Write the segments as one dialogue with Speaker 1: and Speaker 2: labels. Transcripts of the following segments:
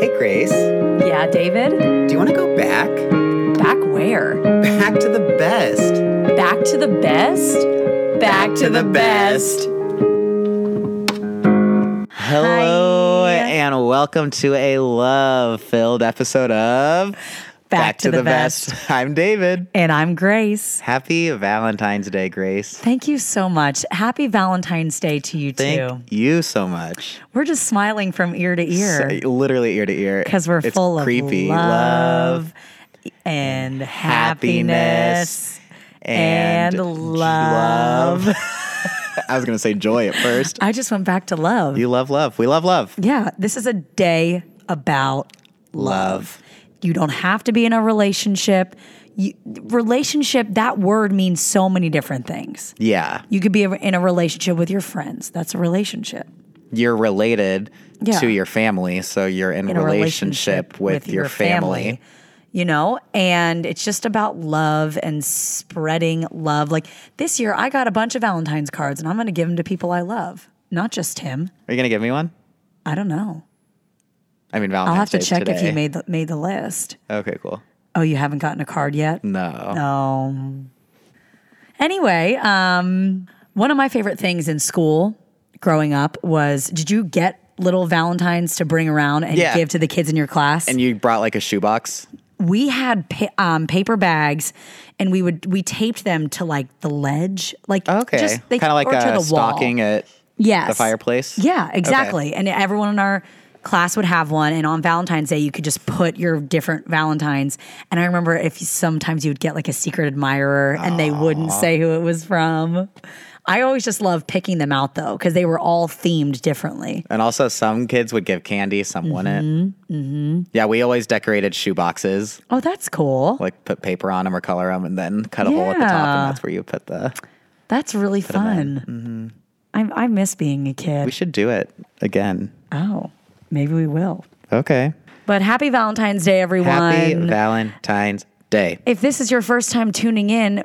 Speaker 1: Hey, Grace, do
Speaker 2: Yeah, David?
Speaker 1: you want to go back?
Speaker 2: Back where?
Speaker 1: Back to the best.
Speaker 2: Back to the best? Back,
Speaker 1: Hello, and welcome to a love filled episode of
Speaker 2: Back, to, the, best.
Speaker 1: I'm David.
Speaker 2: And I'm Grace.
Speaker 1: Happy Valentine's Day, Grace.
Speaker 2: Thank you so much. Happy Valentine's Day to you too.
Speaker 1: Thank you so much.
Speaker 2: We're just smiling from ear to ear
Speaker 1: So- literally ear to ear.
Speaker 2: because we're
Speaker 1: It's
Speaker 2: full of
Speaker 1: creepy
Speaker 2: love and happiness.
Speaker 1: and,
Speaker 2: and love.
Speaker 1: love. I was going to say joy at first.
Speaker 2: I just went back to love.
Speaker 1: You love love. We love love.
Speaker 2: yeah, this is a day about
Speaker 1: Love.
Speaker 2: You don't have to be in a relationship. You, relationship, that word means so many different things.
Speaker 1: Yeah.
Speaker 2: You could be in a relationship with your friends. That's a relationship.
Speaker 1: You're related
Speaker 2: Yeah.
Speaker 1: to your family, so you're in,
Speaker 2: In a
Speaker 1: relationship, with, your, family.
Speaker 2: You know, and it's just about love and spreading love. Like this year, I got a bunch of Valentine's cards and I'm going to give them to people I love, not just him.
Speaker 1: Are you going to give me one?
Speaker 2: I don't know.
Speaker 1: I mean,
Speaker 2: I'll
Speaker 1: Valentine's
Speaker 2: have to
Speaker 1: Day's
Speaker 2: check if you
Speaker 1: today.
Speaker 2: made the, made the list.
Speaker 1: Okay, cool.
Speaker 2: Oh, you haven't gotten a card yet?
Speaker 1: No.
Speaker 2: Um, anyway, um, one of my favorite things in school growing up was did you get little Valentines to bring around and
Speaker 1: Yeah.
Speaker 2: give to the kids in your class?
Speaker 1: And you brought like a shoebox?
Speaker 2: we had pa- um, paper bags and we would we taped them to like the ledge like
Speaker 1: Okay.
Speaker 2: just they-
Speaker 1: Kind of like
Speaker 2: or to the
Speaker 1: a
Speaker 2: wall.
Speaker 1: stocking at
Speaker 2: yes
Speaker 1: the fireplace?
Speaker 2: yeah exactly and everyone in our class would have one and on valentine's day you could just put your different valentines and i remember if you- sometimes you would get like a secret admirer and they wouldn't say who it was from i always just loved picking them out though because they were all themed differently
Speaker 1: And also, some kids would give candy, some wouldn't.
Speaker 2: Mm-hmm,
Speaker 1: Yeah, we always decorated shoeboxes,
Speaker 2: oh that's cool
Speaker 1: like put paper on them or color them, and then cut a hole at the top,
Speaker 2: Yeah.
Speaker 1: and that's where you put the.
Speaker 2: that's really fun I, I miss being a kid
Speaker 1: Mm-hmm. We should do it again.
Speaker 2: Oh, maybe we will.
Speaker 1: Okay.
Speaker 2: But happy Valentine's Day, everyone.
Speaker 1: Happy Valentine's Day.
Speaker 2: if this is your first time tuning in,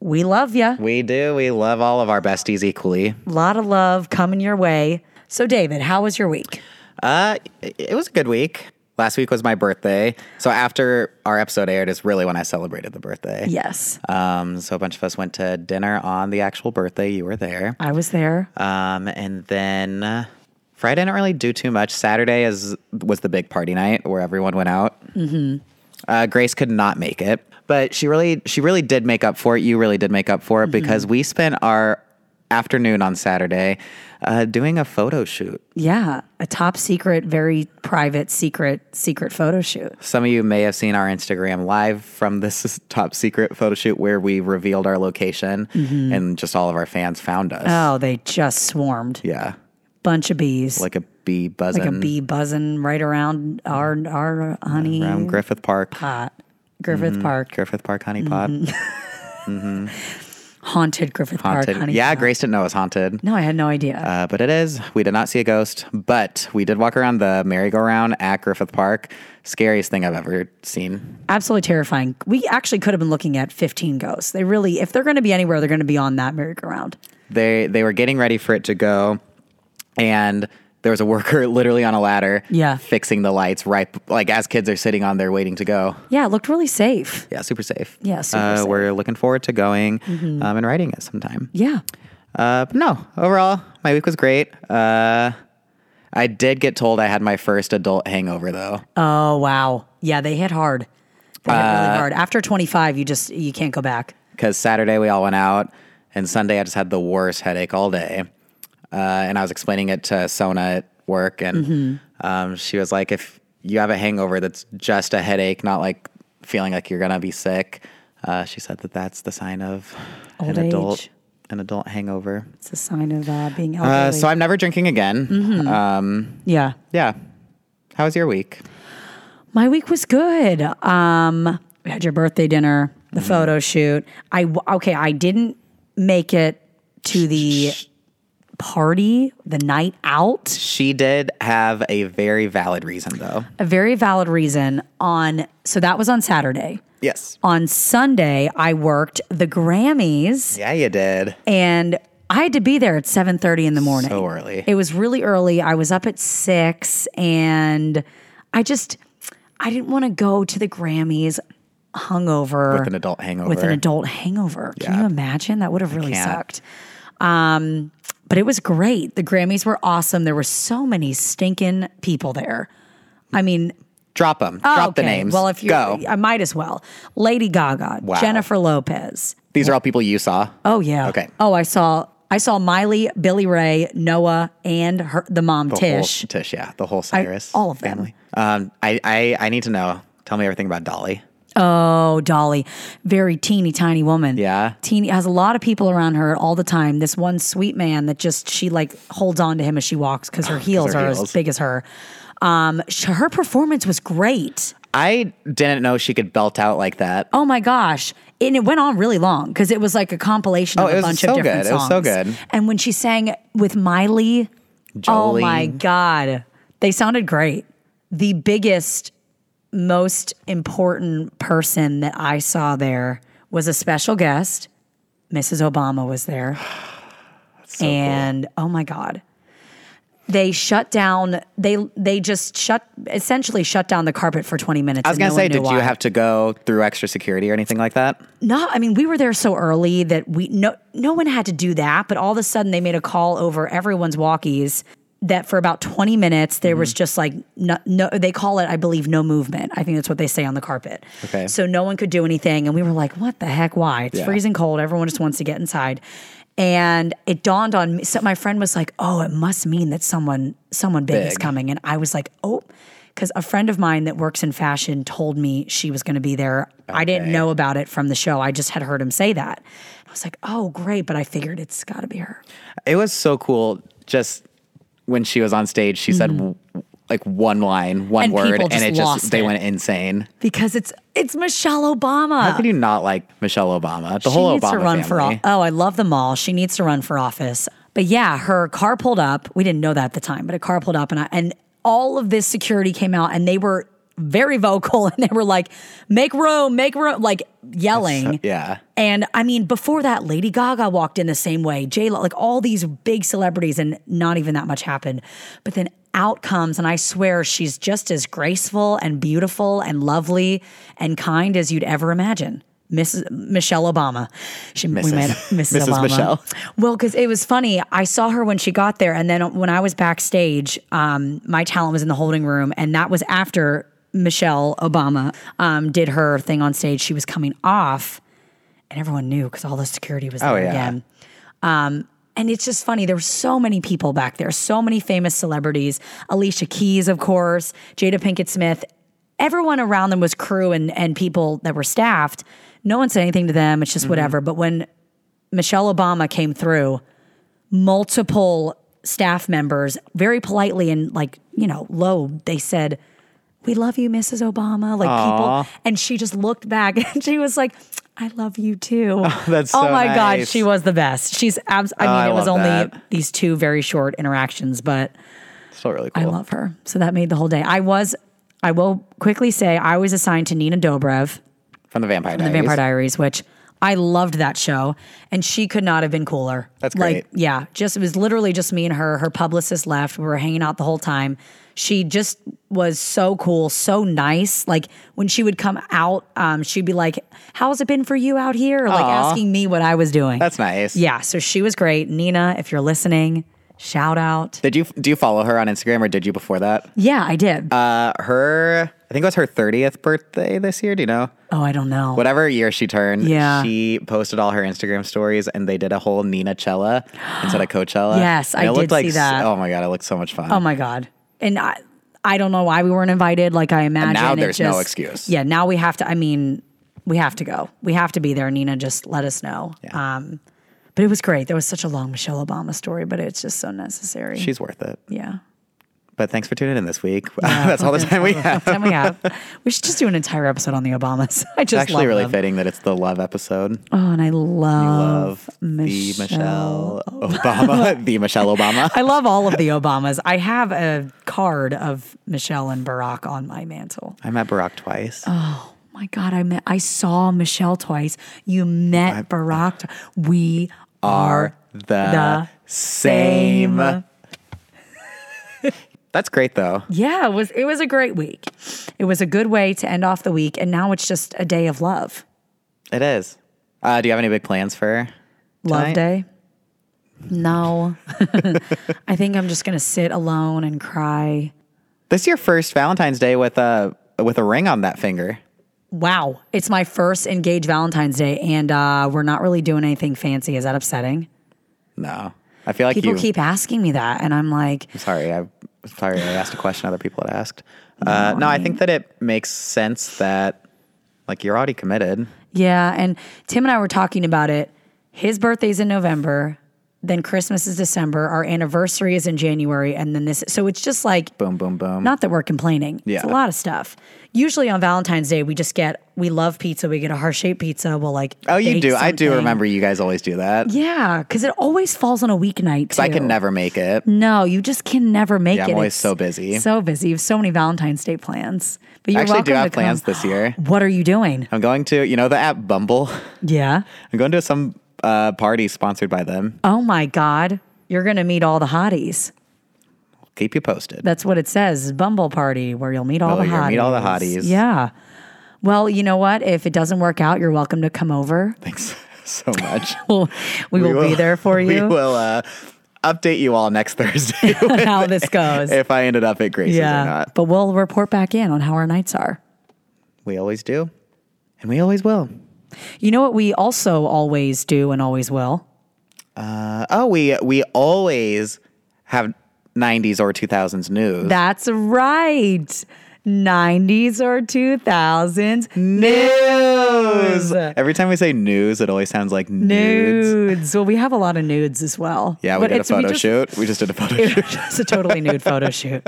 Speaker 2: we love you.
Speaker 1: We do. We love all of our besties equally.
Speaker 2: A lot of love coming your way. So, David, how was your week?
Speaker 1: Uh, it it was a good week. Last week was my birthday, so after our episode aired is really when I celebrated the birthday.
Speaker 2: Yes,
Speaker 1: Um, so a bunch of us went to dinner on the actual birthday. You were there.
Speaker 2: I was there.
Speaker 1: Um, and then uh, Friday I didn't really do too much. Saturday is was the big party night where everyone went out. Mm-hmm. Uh, Grace could not make it, but she really she really did make up for it. You really did make up for it because we spent our afternoon on Saturday uh, doing a photo shoot.
Speaker 2: Yeah, a top secret, very private, secret, secret photo shoot.
Speaker 1: Some of you may have seen our Instagram live from this top secret photo shoot where we revealed our location and just all of our fans found us.
Speaker 2: Oh, they just swarmed.
Speaker 1: Yeah,
Speaker 2: Bunch of bees, like,
Speaker 1: like a bee buzzing
Speaker 2: a bee buzzing right around our our honey
Speaker 1: around Mm-hmm. Griffith Park.
Speaker 2: pot, Griffith Park,
Speaker 1: Griffith Park Honey Pot.
Speaker 2: haunted Griffith Park
Speaker 1: Haunted.
Speaker 2: honey.
Speaker 1: yeah,
Speaker 2: pot.
Speaker 1: Grace didn't know it was haunted.
Speaker 2: No, I had no idea.
Speaker 1: Uh, but it is. We did not see a ghost, but we did walk around the merry-go-round at Griffith Park. Scariest thing I've ever seen.
Speaker 2: absolutely terrifying. We actually could have been looking at 15 ghosts. They really, if they're going to be anywhere, they're going to be on that merry-go-round.
Speaker 1: They they were getting ready for it to go, and there was a worker literally on a ladder,
Speaker 2: Yeah.
Speaker 1: fixing the lights right like as kids are sitting on there waiting to go.
Speaker 2: Yeah, it looked really safe.
Speaker 1: Yeah, super safe.
Speaker 2: Yeah, super
Speaker 1: uh,
Speaker 2: safe. Mm-hmm.
Speaker 1: We're looking forward to going um, and writing it sometime.
Speaker 2: Yeah.
Speaker 1: Uh, but no, overall, my week was great. Uh, I did get told I had my first adult hangover though.
Speaker 2: Oh, wow. Yeah, they hit hard. They hit really hard. After 25, you just, you can't go back.
Speaker 1: because Saturday we all went out, and Sunday I just had the worst headache all day. Uh, and I was explaining it to Sona at work, and
Speaker 2: Mm-hmm.
Speaker 1: um, she was like, "If you have a hangover, that's just a headache, not like feeling like you're gonna be sick." Uh, she said that that's the sign of
Speaker 2: Old
Speaker 1: an adult,
Speaker 2: age.
Speaker 1: an adult hangover.
Speaker 2: It's Mm-hmm. a sign of uh, being elderly.
Speaker 1: Uh, so I'm never drinking again. Um,
Speaker 2: yeah.
Speaker 1: yeah. How was your week?
Speaker 2: My week was good. Um, we had your birthday dinner, the photo shoot. I w- okay, I didn't make it to the party, the night out.
Speaker 1: She did have a very valid reason, though.
Speaker 2: a very valid reason on so that was on Saturday.
Speaker 1: Yes.
Speaker 2: On Sunday I worked the Grammys
Speaker 1: Yeah, you did.
Speaker 2: and I had to be there at 7:30 in the morning.
Speaker 1: So early.
Speaker 2: It was really early. I was up at 6 and I just I didn't want to go to the Grammys hungover
Speaker 1: With an adult hangover.
Speaker 2: With an adult hangover. Can
Speaker 1: Yeah.
Speaker 2: you imagine? That would have really
Speaker 1: can't.
Speaker 2: sucked. Um, but it was great. The Grammys were awesome. There were so many stinking people there. I mean,
Speaker 1: Drop them. Drop the names.
Speaker 2: Oh, Well, if you
Speaker 1: go,
Speaker 2: I might as well. Lady Gaga,
Speaker 1: Wow.
Speaker 2: Jennifer Lopez.
Speaker 1: these are all people you saw.
Speaker 2: Oh yeah.
Speaker 1: Okay.
Speaker 2: Oh, I saw I saw Miley, Billy Ray, Noah, and her, the mom
Speaker 1: The whole-
Speaker 2: Tish.
Speaker 1: Tish, yeah, the whole Cyrus,
Speaker 2: all of them.
Speaker 1: family. Um, I, I, I need to know. Tell me everything about Dolly.
Speaker 2: Oh, Dolly, very teeny tiny woman.
Speaker 1: Yeah.
Speaker 2: Teeny has a lot of people around her all the time. This one sweet man that just she like holds on to him as she walks because her heels
Speaker 1: her
Speaker 2: are
Speaker 1: heels.
Speaker 2: as big as her. Um, sh- her performance was great.
Speaker 1: I didn't know she could belt out like that.
Speaker 2: Oh my gosh. And it went on really long because it was like a compilation
Speaker 1: Oh,
Speaker 2: of
Speaker 1: it
Speaker 2: a
Speaker 1: was
Speaker 2: bunch
Speaker 1: so
Speaker 2: of different
Speaker 1: good. It was
Speaker 2: songs.
Speaker 1: so good.
Speaker 2: And when she sang with Miley, oh my
Speaker 1: Jolene.
Speaker 2: God, they sounded great. The biggest, most important person that I saw there was a special guest. Mrs. Obama was there. and oh my God. They shut down. They they just shut essentially shut down the carpet for twenty minutes.
Speaker 1: I was
Speaker 2: and
Speaker 1: gonna
Speaker 2: no
Speaker 1: say,
Speaker 2: one knew
Speaker 1: did you
Speaker 2: why.
Speaker 1: have to go through extra security or anything like that?
Speaker 2: No, I mean we were there so early that we no no one had to do that, but all of a sudden they made a call over everyone's walkies that for about 20 minutes there
Speaker 1: Mm-hmm.
Speaker 2: was just like no, no they call it I believe no movement. I think that's what they say on the carpet.
Speaker 1: Okay.
Speaker 2: So no one could do anything and we were like what the heck why? It's
Speaker 1: Yeah.
Speaker 2: freezing cold. Everyone just wants to get inside. And it dawned on me so my friend was like, "Oh, it must mean that someone someone big, is
Speaker 1: Big.
Speaker 2: coming." And I was like, "Oh, because a friend of mine that works in fashion told me she was going to be there. I didn't
Speaker 1: Okay.
Speaker 2: know about it from the show. I just had heard him say that. I was like, oh, great. But I figured it's got to be her.
Speaker 1: It was so cool. Just when she was on stage, she said w said like one line, one
Speaker 2: Mm-hmm. And
Speaker 1: word,
Speaker 2: people
Speaker 1: and
Speaker 2: just
Speaker 1: it just
Speaker 2: lost
Speaker 1: they
Speaker 2: it.
Speaker 1: went insane.
Speaker 2: Because it's it's Michelle Obama.
Speaker 1: How could you not like Michelle Obama? The
Speaker 2: Uh, she
Speaker 1: whole
Speaker 2: needs
Speaker 1: Obama
Speaker 2: to run for
Speaker 1: family.
Speaker 2: office. Oh, I love them all. She needs to run for office. But yeah, her car pulled up. We didn't know that at the time, but a car pulled up and I, and all of this security came out and they were very vocal and they were like, make room, make room, like yelling.
Speaker 1: yeah.
Speaker 2: And I mean, before that, Lady Gaga walked in the same way. J Lo, like all these big celebrities, and not even that much happened. But then out comes, and I swear she's just as graceful and beautiful and lovely and kind as you'd ever imagine. Mrs. Michelle Obama. She, We
Speaker 1: Mrs.
Speaker 2: met Mrs.
Speaker 1: Mrs.
Speaker 2: Obama.
Speaker 1: Michelle.
Speaker 2: Well, because it was funny. I saw her when she got there, and then when I was backstage, um, my talent was in the holding room, and that was after Michelle Obama um, did her thing on stage. She was coming off, and everyone knew because all the security was there
Speaker 1: yeah.
Speaker 2: again. Um, and it's just funny. There were so many people back there, so many famous celebrities. Alicia Keys, of course, Jada Pinkett Smith. Everyone around them was crew and and people that were staffed. No one said anything to them. It's just whatever. But when Michelle Obama came through, multiple staff members very politely and like, you know, low, they said, We love you, Mrs. Obama. Like
Speaker 1: Aw.
Speaker 2: people and she just looked back and she was like, I love you too. Oh,
Speaker 1: that's so
Speaker 2: my God,
Speaker 1: nice.
Speaker 2: she was the best. She's abs I mean,
Speaker 1: I
Speaker 2: it was
Speaker 1: love
Speaker 2: only
Speaker 1: that.
Speaker 2: these two very short interactions, but
Speaker 1: Still really
Speaker 2: I
Speaker 1: cool.
Speaker 2: love her. So that made the whole day. I was I will quickly say I was assigned to Nina Dobrev
Speaker 1: From the Vampire Diaries.
Speaker 2: the Vampire Diaries, which I loved that show, and she could not have been cooler.
Speaker 1: That's great.
Speaker 2: Like, yeah, just it was literally just me and her. Her publicist left. We were hanging out the whole time. She just was so cool, so nice. Like when she would come out, um, she'd be like, "How's it been for you out here?" Or, like
Speaker 1: Aw.
Speaker 2: asking me what I was doing.
Speaker 1: That's nice.
Speaker 2: yeah. So she was great, Nina. If you're listening, shout out.
Speaker 1: Did you do you follow her on Instagram or did you before that?
Speaker 2: Yeah, I did.
Speaker 1: Uh, her I think it was her 30th birthday this year. Do you know?
Speaker 2: oh, I don't know.
Speaker 1: Whatever year she turned,
Speaker 2: Yeah.
Speaker 1: she posted all her Instagram stories and they did a whole Nina Cella instead of Coachella.
Speaker 2: Yes,
Speaker 1: And
Speaker 2: I
Speaker 1: it
Speaker 2: did
Speaker 1: looked like
Speaker 2: see
Speaker 1: s-
Speaker 2: that.
Speaker 1: Oh my god, it looked so much fun.
Speaker 2: Oh my god! And I, I don't know why we weren't invited. Like I imagine
Speaker 1: now
Speaker 2: it
Speaker 1: there's no
Speaker 2: just-
Speaker 1: excuse.
Speaker 2: Yeah, now we have to. I mean, we have to go. We have to be there. Nina, just let us know. Um, but it was great. There was such a long Michelle Obama story, but it's just so necessary.
Speaker 1: She's worth it.
Speaker 2: yeah.
Speaker 1: But thanks for tuning in this week. That's all the time we have.
Speaker 2: Time we have. We should just do an entire episode on the Obamas. I just
Speaker 1: Actually,
Speaker 2: love
Speaker 1: really
Speaker 2: them.
Speaker 1: fitting that it's the love episode.
Speaker 2: Oh, and I love,
Speaker 1: Love the Michelle Obama, the Michelle Obama.
Speaker 2: I love all of the Obamas. I have a card of Michelle and Barack on my mantle.
Speaker 1: I met Barack twice.
Speaker 2: my God, I met, I saw Michelle twice. You met Barack. tw- We are
Speaker 1: the, same.
Speaker 2: same.
Speaker 1: That's great though.
Speaker 2: Yeah, it was it was a great week. It was a good way to end off the week, and now it's just a day of love.
Speaker 1: It is. Uh, do you have any big plans for?
Speaker 2: Love
Speaker 1: Tonight?
Speaker 2: day. No, I think I'm just gonna sit alone and cry.
Speaker 1: This is your first Valentine's Day with a with a ring on that finger.
Speaker 2: Wow, it's my first engaged Valentine's Day, and uh, we're not really doing anything fancy. Is that upsetting?
Speaker 1: No, I feel like
Speaker 2: People
Speaker 1: you.
Speaker 2: keep asking me that, and I'm like,
Speaker 1: I'm sorry, I, am sorry, I asked a question other people had asked. Uh, no, I think that it makes sense that like you're already committed.
Speaker 2: Yeah, and Tim and I were talking about it. His birthday's in November, then Christmas is December, our anniversary is in January, and then this. So it's just like
Speaker 1: Boom, boom, boom.
Speaker 2: not that we're complaining. It's a
Speaker 1: Yeah.
Speaker 2: lot of stuff. Usually on Valentine's Day, we just get we love pizza. We get a heart shaped pizza. We'll like
Speaker 1: oh, you
Speaker 2: bake
Speaker 1: do. I do
Speaker 2: something.
Speaker 1: remember you guys always do that.
Speaker 2: Yeah, because it always falls on a weeknight.
Speaker 1: I can
Speaker 2: too.
Speaker 1: never make it.
Speaker 2: No, you just can never make
Speaker 1: Yeah, I'm
Speaker 2: it.
Speaker 1: always
Speaker 2: It's
Speaker 1: so busy.
Speaker 2: So busy. You have so many Valentine's Day plans.
Speaker 1: I
Speaker 2: But you're
Speaker 1: actually
Speaker 2: welcome
Speaker 1: do
Speaker 2: to
Speaker 1: have
Speaker 2: come.
Speaker 1: plans this year.
Speaker 2: What are you doing?
Speaker 1: I'm going to, you know, the app Bumble.
Speaker 2: Yeah.
Speaker 1: I'm going to some uh, party sponsored by them.
Speaker 2: Oh my God. You're going to meet all the hotties.
Speaker 1: I'll keep you posted.
Speaker 2: That's what it says Bumble Party, where you'll meet all
Speaker 1: Oh,
Speaker 2: the
Speaker 1: you'll
Speaker 2: hotties.
Speaker 1: meet all the hotties.
Speaker 2: Yeah. Well, you know what? If it doesn't work out, you're welcome to come over.
Speaker 1: Thanks so much.
Speaker 2: We'll, we will be there for
Speaker 1: We
Speaker 2: you.
Speaker 1: will uh, update you all next Thursday
Speaker 2: how this goes.
Speaker 1: if I ended up at Gracie's or
Speaker 2: yeah.
Speaker 1: not.
Speaker 2: But we'll report back in on how our nights are.
Speaker 1: We always do, and we always will.
Speaker 2: You know what we also always do and always will?
Speaker 1: Uh, oh, we we always have 90s or 2000s news.
Speaker 2: That's right. 90s or 2000s
Speaker 1: news. Every time we say news, it always sounds like nudes.
Speaker 2: nudes. Well, we have a lot of nudes as well.
Speaker 1: Yeah, we
Speaker 2: But
Speaker 1: did a
Speaker 2: it's- we
Speaker 1: photo
Speaker 2: just-
Speaker 1: shoot. We just did a photo shoot.
Speaker 2: It's a totally nude photo shoot.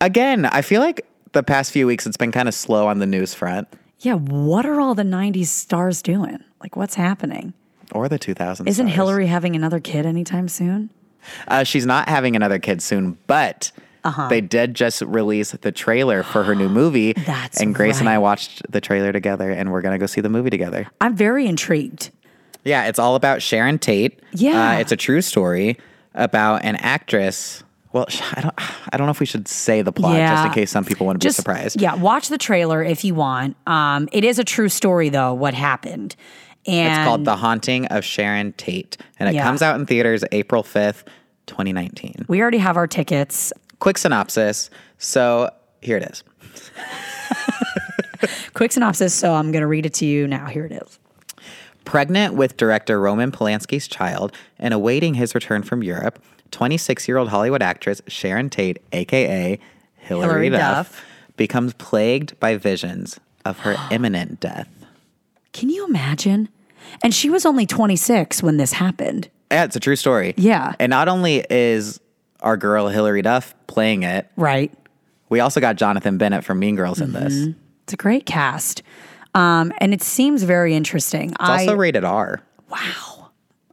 Speaker 1: Again, I feel like the past few weeks it's been kind of slow on the news front
Speaker 2: Yeah, what are all the 90s stars doing? Like, what's happening?
Speaker 1: or the 2000s.
Speaker 2: Isn't
Speaker 1: stars.
Speaker 2: Hillary having another kid anytime soon?
Speaker 1: Uh, she's not having another kid soon, but
Speaker 2: Uh-huh.
Speaker 1: they did just release the trailer for her new movie.
Speaker 2: That's
Speaker 1: and Grace and I
Speaker 2: right.
Speaker 1: watched the trailer together, and we're gonna go see the movie together.
Speaker 2: I'm very intrigued.
Speaker 1: Yeah, it's all about Sharon Tate.
Speaker 2: Yeah.
Speaker 1: uh, it's a true story about an actress. Well, sh- I don't, I don't know if we should say the plot just in
Speaker 2: Yeah.
Speaker 1: case some people want to be
Speaker 2: Just-
Speaker 1: surprised.
Speaker 2: Yeah, watch the trailer if you want. Um, it is a true story, though, what happened. And
Speaker 1: It's called The Haunting of Sharon Tate, and it
Speaker 2: Yeah.
Speaker 1: comes out in theaters April fifth, twenty nineteen.
Speaker 2: we already have our tickets.
Speaker 1: Quick synopsis. So here it is.
Speaker 2: Quick synopsis. So I'm going to read it to you now. Here it is.
Speaker 1: Pregnant with director Roman Polanski's child and awaiting his return from Europe, 26 year old Hollywood actress Sharon Tate, aka Hilary,
Speaker 2: Hillary
Speaker 1: Duff,
Speaker 2: Duff.
Speaker 1: becomes plagued by visions of her imminent death.
Speaker 2: Can you imagine? And she was only 26 when this happened.
Speaker 1: Yeah, it's a true story.
Speaker 2: Yeah.
Speaker 1: And not only is our girl Hilary Duff playing it,
Speaker 2: Right.
Speaker 1: we also got Jonathan Bennett from Mean Girls in this. It's
Speaker 2: It's a great cast. Um, and it seems very interesting. I,
Speaker 1: also rated R.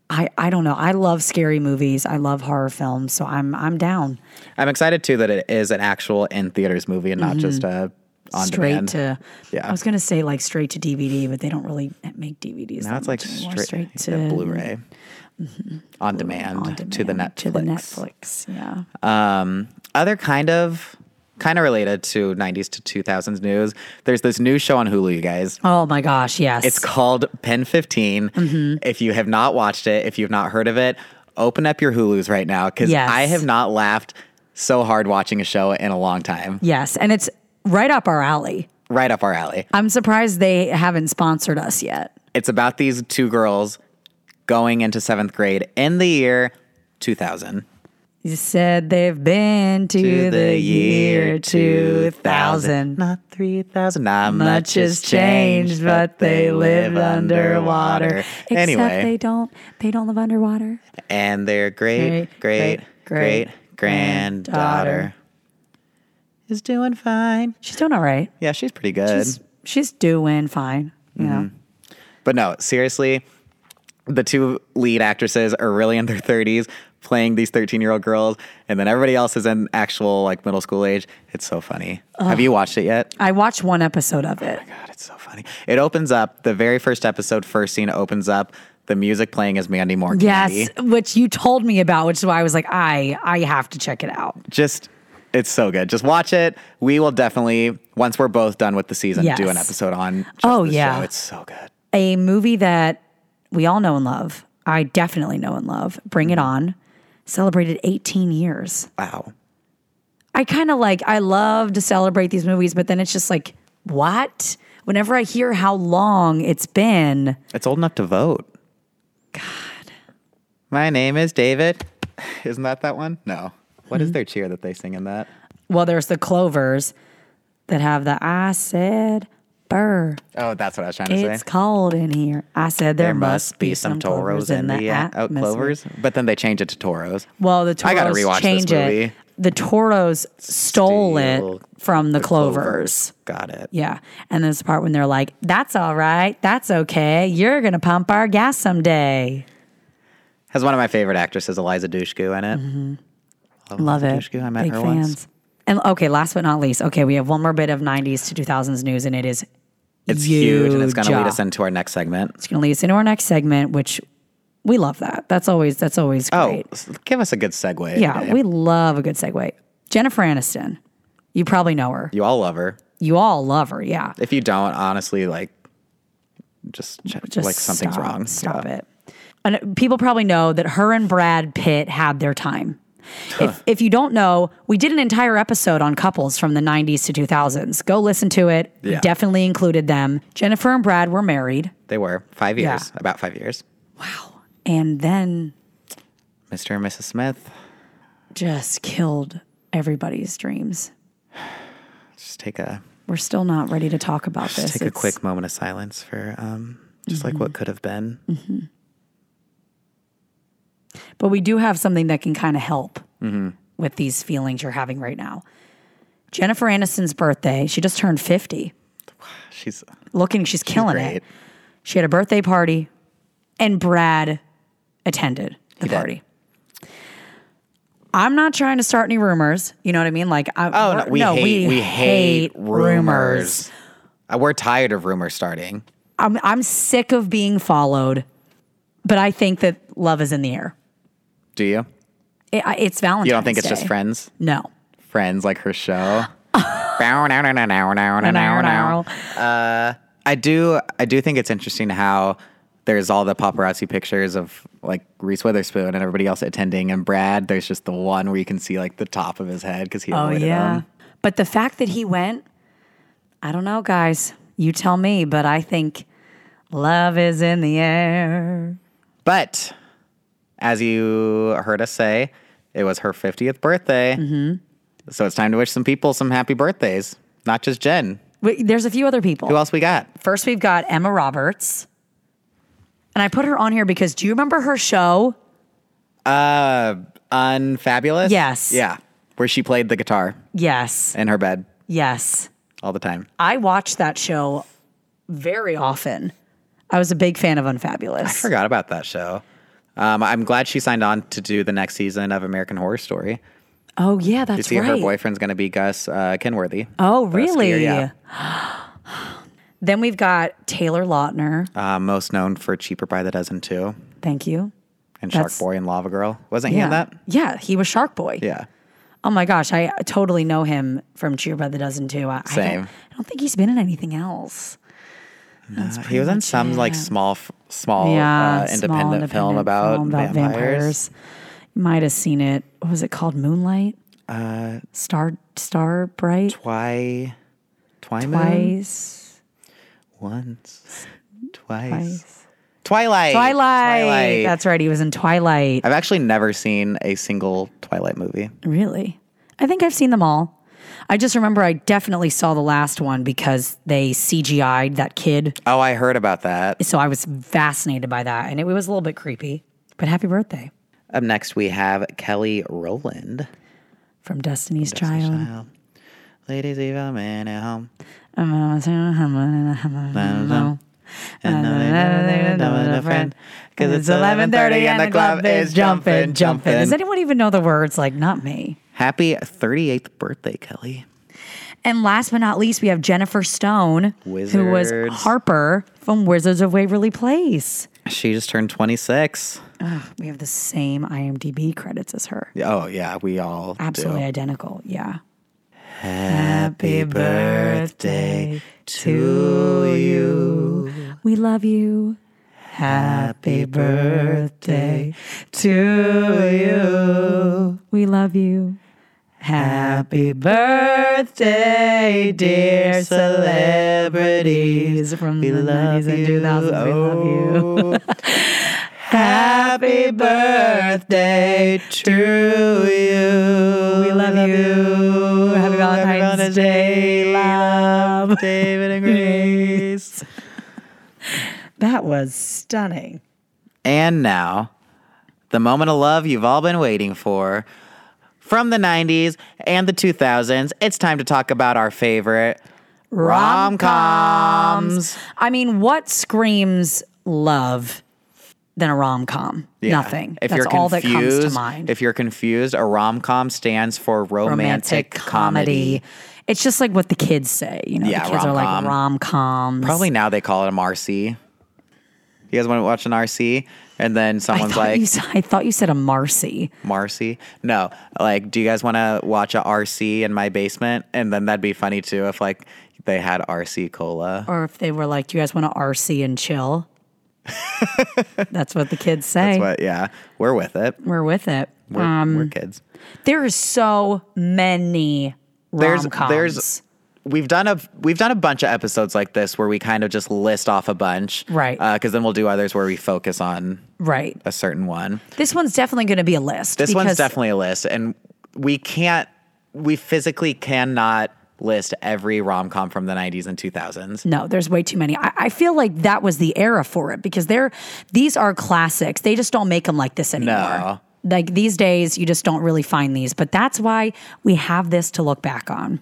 Speaker 2: I I don't know. I love scary movies. I love horror films, so I'm I'm down.
Speaker 1: I'm excited too that it is an actual in theaters movie and not just a on
Speaker 2: Mm-hmm. straight
Speaker 1: demand.
Speaker 2: to
Speaker 1: Yeah.
Speaker 2: I was gonna say like straight to DVD, but they don't really make DVDs.
Speaker 1: Now
Speaker 2: that
Speaker 1: it's like
Speaker 2: much anymore.
Speaker 1: straight, to
Speaker 2: to Mm-hmm.
Speaker 1: Blu-ray on, demand, to the Netflix.
Speaker 2: to the Netflix. Yeah.
Speaker 1: Um, other kind of kind of related to 90s to 2000s news. There's this new show on Hulu, you guys.
Speaker 2: Oh my gosh, yes.
Speaker 1: It's called Pen 15.
Speaker 2: Mm-hmm.
Speaker 1: If you have not watched it, if you've not heard of it, open up your Hulu's right now cuz
Speaker 2: Yes.
Speaker 1: I have not laughed so hard watching a show in a long time.
Speaker 2: yes, and it's right up our alley.
Speaker 1: Right up our alley.
Speaker 2: I'm surprised they haven't sponsored us yet.
Speaker 1: It's about these two girls going into 7th grade in the year 2000.
Speaker 2: You said they've been to, the, year 2000.
Speaker 1: Not 3000. Not
Speaker 2: Much has changed, but they live underwater. Except
Speaker 1: Anyway,
Speaker 2: they don't. They don't live underwater.
Speaker 1: and their great,
Speaker 2: Great,
Speaker 1: great,
Speaker 2: great,
Speaker 1: great,
Speaker 2: granddaughter
Speaker 1: granddaughter is doing fine.
Speaker 2: She's doing all right.
Speaker 1: Yeah, she's pretty good.
Speaker 2: She's she's doing fine. You know.
Speaker 1: but no, seriously, the two lead actresses are really in their 30s playing these 13 year old girls, and then everybody else is in actual like middle school age. It's so funny. Have you watched it yet?
Speaker 2: I watched one episode of it.
Speaker 1: God, it's so funny. It opens up the very first episode, first scene opens up. The music playing is Mandy Moore.
Speaker 2: Yes, which you told me about, which is why I was like, I I have to check it out.
Speaker 1: Just It's so good. Just watch it. We will definitely once we're both done with the season do an
Speaker 2: Yes.
Speaker 1: episode on. Just
Speaker 2: Oh,
Speaker 1: the
Speaker 2: yeah.
Speaker 1: show. it's so good.
Speaker 2: a movie that we all know and love. I definitely know and love. Bring It On celebrated 18 years.
Speaker 1: Wow.
Speaker 2: I kind of like, I love to celebrate these movies, but then it's just like, what? Whenever I hear how long it's been,
Speaker 1: It's old enough to vote. God. My name is David. Isn't that that one? No. What is their cheer that they sing in that?
Speaker 2: well, there's the clovers that have the I said burr.
Speaker 1: Oh, that's what I was trying to
Speaker 2: It's
Speaker 1: say.
Speaker 2: cold in here. I said there,
Speaker 1: There must be some toros in the, at- oh,
Speaker 2: atmosphere."
Speaker 1: clovers, but then they change it to toros.
Speaker 2: Well, the Toros
Speaker 1: I gotta rewatch this
Speaker 2: change it.
Speaker 1: movie.
Speaker 2: The Toros stole
Speaker 1: Steal
Speaker 2: it from the, clovers.
Speaker 1: Got it.
Speaker 2: Yeah. And there's the part when they're like, that's all right. That's okay. You're going to pump our gas someday.
Speaker 1: Has one of my favorite actresses, Eliza Dushku, in it.
Speaker 2: Mm-hmm. Love it.
Speaker 1: Dushku, I met
Speaker 2: Big
Speaker 1: her
Speaker 2: fans.
Speaker 1: once.
Speaker 2: And okay, last but not least, okay, we have one more bit of 90s to 2000s news, and it is
Speaker 1: It's huge, and it's going to lead
Speaker 2: huge.
Speaker 1: us into our next segment.
Speaker 2: It's going to lead us into our next segment, which we love that. That's always that's always
Speaker 1: Oh,
Speaker 2: great.
Speaker 1: s- give us a good segue.
Speaker 2: yeah,
Speaker 1: Dave.
Speaker 2: we love a good segue. Jennifer Aniston, you probably know her.
Speaker 1: you all love her.
Speaker 2: You all love her, yeah.
Speaker 1: If you don't, honestly, like, just, check,
Speaker 2: Just
Speaker 1: like something's
Speaker 2: stop,
Speaker 1: wrong.
Speaker 2: Stop it. And people probably know that her and Brad Pitt had their time. if, if you don't know, we did an entire episode on couples from the 90s to 2000s. Go listen to it. We
Speaker 1: Yeah.
Speaker 2: Definitely included them. Jennifer and Brad were married,
Speaker 1: They were five years, about five years.
Speaker 2: and then
Speaker 1: Mr. and Mrs. Smith
Speaker 2: just killed everybody's dreams.
Speaker 1: just take a
Speaker 2: We're still not ready to talk about this.
Speaker 1: just take a
Speaker 2: It's- Mm-hmm.
Speaker 1: quick moment of silence for um, just like what could have been.
Speaker 2: But we do have something that can kind of help
Speaker 1: Mm-hmm.
Speaker 2: with these feelings you're having right now. Jennifer Aniston's birthday, she just turned 50.
Speaker 1: She's
Speaker 2: looking she's killing
Speaker 1: great.
Speaker 2: it. She had a birthday party and Brad attended the
Speaker 1: did.
Speaker 2: party. I'm not trying to start any rumors. You know what I mean? Like, I,
Speaker 1: oh no,
Speaker 2: we're-
Speaker 1: we hate we, hate rumors. Uh, We're tired of rumors starting.
Speaker 2: I'm I'm sick of being followed, but I think that love is in the air.
Speaker 1: Do you?
Speaker 2: It, I- it's Valentine's.
Speaker 1: You don't think it's just
Speaker 2: Day.
Speaker 1: friends?
Speaker 2: No.
Speaker 1: Friends like her show. Bow, now, now, now, now, now, now, now, now. I do I do think it's interesting how there's all the paparazzi pictures of like Reese Witherspoon and everybody else attending, and Brad. There's just the one where you can see like the top of his head because he
Speaker 2: Oh
Speaker 1: avoided
Speaker 2: yeah.
Speaker 1: them.
Speaker 2: But the fact that he went, I don't know, guys. You tell me, but I think love is in the air.
Speaker 1: But as you heard us say, it was her 50th birthday.
Speaker 2: Mm-hmm.
Speaker 1: So it's time to wish some people some happy birthdays, not just Jen.
Speaker 2: Wait, there's a few other people.
Speaker 1: Who else we got?
Speaker 2: First, we've got Emma Roberts. And I put her on here because do you remember her show?
Speaker 1: Unfabulous?
Speaker 2: Yes.
Speaker 1: Yeah. Where she played the guitar
Speaker 2: Yes.
Speaker 1: in her bed
Speaker 2: Yes.
Speaker 1: all the time.
Speaker 2: I watched that show very often. I was a big fan of Unfabulous.
Speaker 1: Forgot about that show. Um, I'm glad she signed on to do the next season of American Horror Story.
Speaker 2: Oh, yeah, that's
Speaker 1: See,
Speaker 2: right.
Speaker 1: her boyfriend's going to be Gus uh, Kenworthy.
Speaker 2: Oh,
Speaker 1: The skier,
Speaker 2: really?
Speaker 1: yeah.
Speaker 2: then we've got Taylor Lautner.
Speaker 1: Uh, most known for Cheaper by the Dozen, too,
Speaker 2: Thank you.
Speaker 1: and Shark
Speaker 2: That's-
Speaker 1: Boy and Lava Girl. Wasn't he in that?
Speaker 2: Yeah, he was Shark Boy.
Speaker 1: Yeah.
Speaker 2: Oh my gosh, I totally know him from Cheer by the Dozen too. I, I,
Speaker 1: Same.
Speaker 2: don't, I don't think he's been in anything else.
Speaker 1: Uh, he was in some like
Speaker 2: it.
Speaker 1: small, f- small, uh,
Speaker 2: small
Speaker 1: independent, film about, vampires.
Speaker 2: You might have seen it. What was it called? Moonlight. Uh, Star Star Bright.
Speaker 1: Why? Twy moon?
Speaker 2: Twice.
Speaker 1: Once, twice.
Speaker 2: Twice.
Speaker 1: Twilight.
Speaker 2: Twilight.
Speaker 1: Twilight.
Speaker 2: That's right. He was in Twilight.
Speaker 1: I've actually never seen a single Twilight movie.
Speaker 2: Really? I think I've seen them all. I just remember I definitely saw the last one because they CGI'd that kid.
Speaker 1: Oh, I heard about that.
Speaker 2: So I was fascinated by that. And it was a little bit creepy. But happy birthday
Speaker 1: Up next, we have Kelly Rowland.
Speaker 2: from Destiny's Child.
Speaker 1: Wow. Ladies, evil man at home.
Speaker 2: Because it's 11.30 and the club is jumping, jumping. Does anyone even know the words? Like, not me.
Speaker 1: Happy 38th birthday, Kelly.
Speaker 2: And last but not least, we have Jennifer Stone, who was
Speaker 1: Wizards.
Speaker 2: Harper from Wizards of Waverly Place.
Speaker 1: She just turned 26.
Speaker 2: We have the same IMDb credits as her.
Speaker 1: Oh, yeah, we all
Speaker 2: Absolutely
Speaker 1: do.
Speaker 2: identical. Yeah.
Speaker 1: Happy birthday to you.
Speaker 2: We love you. Happy birthday to you. We love you. Happy birthday, dear celebrities from the 90s and 2000s. We love you.
Speaker 1: Happy birthday to you.
Speaker 2: We love you. Happy Valentine's Day, love.
Speaker 1: David and Grace.
Speaker 2: That was stunning.
Speaker 1: and now, the moment of love you've all been waiting for. From the 90s and the 2000s, it's time to talk about our favorite rom coms.
Speaker 2: I mean, what screams love than a rom com?
Speaker 1: Yeah.
Speaker 2: Nothing. That's all that comes to mind.
Speaker 1: If you're confused, a rom com stands for romantic, comedy.
Speaker 2: It's just like what the kids say. You know,
Speaker 1: Yeah,
Speaker 2: the kids are like
Speaker 1: rom-com.
Speaker 2: rom coms.
Speaker 1: Probably now they call it a RC. You guys want to watch an RC? And then
Speaker 2: I
Speaker 1: someone's
Speaker 2: thought,
Speaker 1: like,
Speaker 2: you, s- I thought you said a Marcy.
Speaker 1: Marcy? No. Like, do you guys want to watch a RC in my basement? And then that'd be funny too if, like, they had RC Cola.
Speaker 2: Or if they were like, do you guys want to RC and chill? That's what the kids say.
Speaker 1: That's what, yeah, we're with it.
Speaker 2: We're with it. Uh,
Speaker 1: We're,
Speaker 2: Um,
Speaker 1: we're kids.
Speaker 2: There are so many
Speaker 1: There's-
Speaker 2: rom coms.
Speaker 1: there's- We've done a we've done a bunch of episodes like this where we kind of just list off a bunch,
Speaker 2: Right.
Speaker 1: Because then we'll do others where we focus on
Speaker 2: right.
Speaker 1: a certain one.
Speaker 2: This one's definitely going to be a list.
Speaker 1: This one's
Speaker 2: because-
Speaker 1: definitely a list, and we can't, we physically cannot list every rom com from the 90s and 2000s.
Speaker 2: No, there's way too many. I, I feel like that was the era for it because they're these are classics. They just don't make them like this anymore.
Speaker 1: No.
Speaker 2: Like these days, you just don't really find these. But that's why we have this to look back on.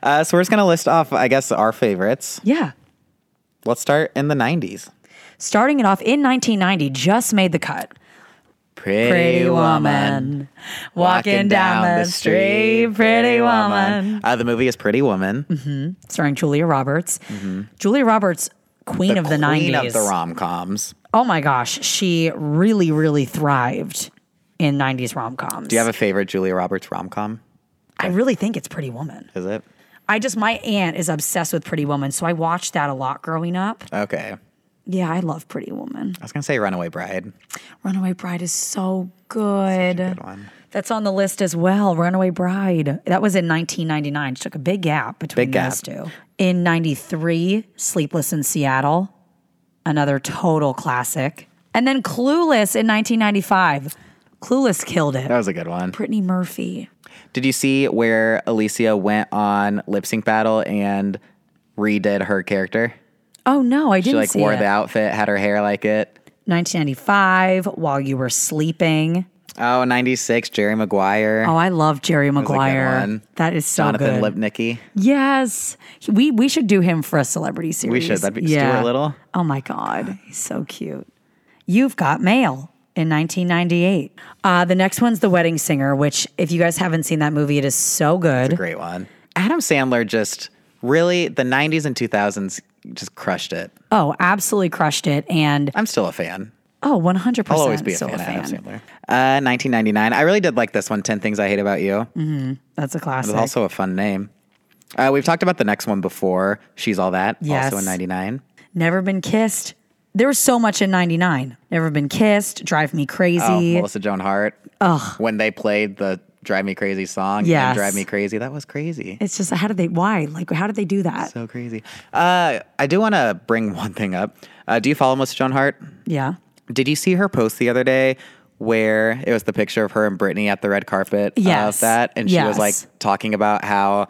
Speaker 1: Uh, so we're just going to list off, I guess, our favorites.
Speaker 2: Yeah.
Speaker 1: Let's start in the 90s.
Speaker 2: Starting it off in 1990, just made the cut.
Speaker 1: Pretty,
Speaker 2: walking down the street, pretty woman.
Speaker 1: Uh, the movie is Pretty Woman,
Speaker 2: Starring Julia Roberts. Julia Roberts, queen of Mm-hmm. the
Speaker 1: queen
Speaker 2: 90s.
Speaker 1: of the rom coms.
Speaker 2: oh my gosh, she really, really thrived in 90s rom coms.
Speaker 1: Do you have a favorite Julia Roberts rom com?
Speaker 2: I really think it's Pretty Woman.
Speaker 1: Is it?
Speaker 2: I just my aunt is obsessed with Pretty Woman, so I watched that a lot growing up.
Speaker 1: Okay. I
Speaker 2: Yeah, I love Pretty Woman.
Speaker 1: was going to say Runaway Bride.
Speaker 2: Runaway Bride is so good.
Speaker 1: Good one.
Speaker 2: That's on the list as well. Runaway Bride. That was in 1999. She took a big gap between
Speaker 1: Big gap.
Speaker 2: those two. In 93, Sleepless in Seattle, another total classic. And then Clueless in 1995. Clueless killed it.
Speaker 1: That was a good one.
Speaker 2: Brittany Murphy.
Speaker 1: Did you see where Alicia went on lip sync battle and redid her character?
Speaker 2: Oh no, I didn't
Speaker 1: She like
Speaker 2: see
Speaker 1: wore
Speaker 2: it.
Speaker 1: the outfit, had her hair like it.
Speaker 2: 1995, While You Were Sleeping.
Speaker 1: Oh, 96, Jerry Maguire,
Speaker 2: Oh, I love Jerry
Speaker 1: a good
Speaker 2: Maguire.
Speaker 1: one.
Speaker 2: That is so
Speaker 1: Jonathan
Speaker 2: good.
Speaker 1: Lipnicki.
Speaker 2: Yes, He- we we should do him for a celebrity series.
Speaker 1: We should. That'd be Stuart Little.
Speaker 2: Oh my God, he's so cute. You've got mail in 1998. Uh, the next one's The Wedding Singer, which if you guys haven't seen that movie, it is so good.
Speaker 1: Great one. Adam Sandler just really, the 90s and 2000s just crushed it.
Speaker 2: Oh, absolutely crushed it, and
Speaker 1: I'm still a fan.
Speaker 2: oh, 100. percent
Speaker 1: I'll always be a fan, of Adam Sandler. Uh, 1999. I really did like this one, 10 Things I Hate About You.
Speaker 2: That's a classic.
Speaker 1: It's also a fun name. Uh, we've talked about the next one before. She's All That,
Speaker 2: Yes.
Speaker 1: also in 99.
Speaker 2: Never been kissed. There was so much in '99. Never been kissed. Drive me
Speaker 1: Oh,
Speaker 2: crazy.
Speaker 1: Melissa Joan Hart. When they played the Drive Me Crazy song
Speaker 2: Yes.
Speaker 1: and Drive Me Crazy, that was crazy.
Speaker 2: it's just how did they? Why? Like how did they do that?
Speaker 1: So crazy. Uh, I do want to bring one thing up. Uh, do you follow Melissa Joan Hart?
Speaker 2: yeah.
Speaker 1: Did you see her post the other day where it was the picture of her and Britney at the red carpet
Speaker 2: Yes.
Speaker 1: of that? And she was like
Speaker 2: Yes.
Speaker 1: talking about how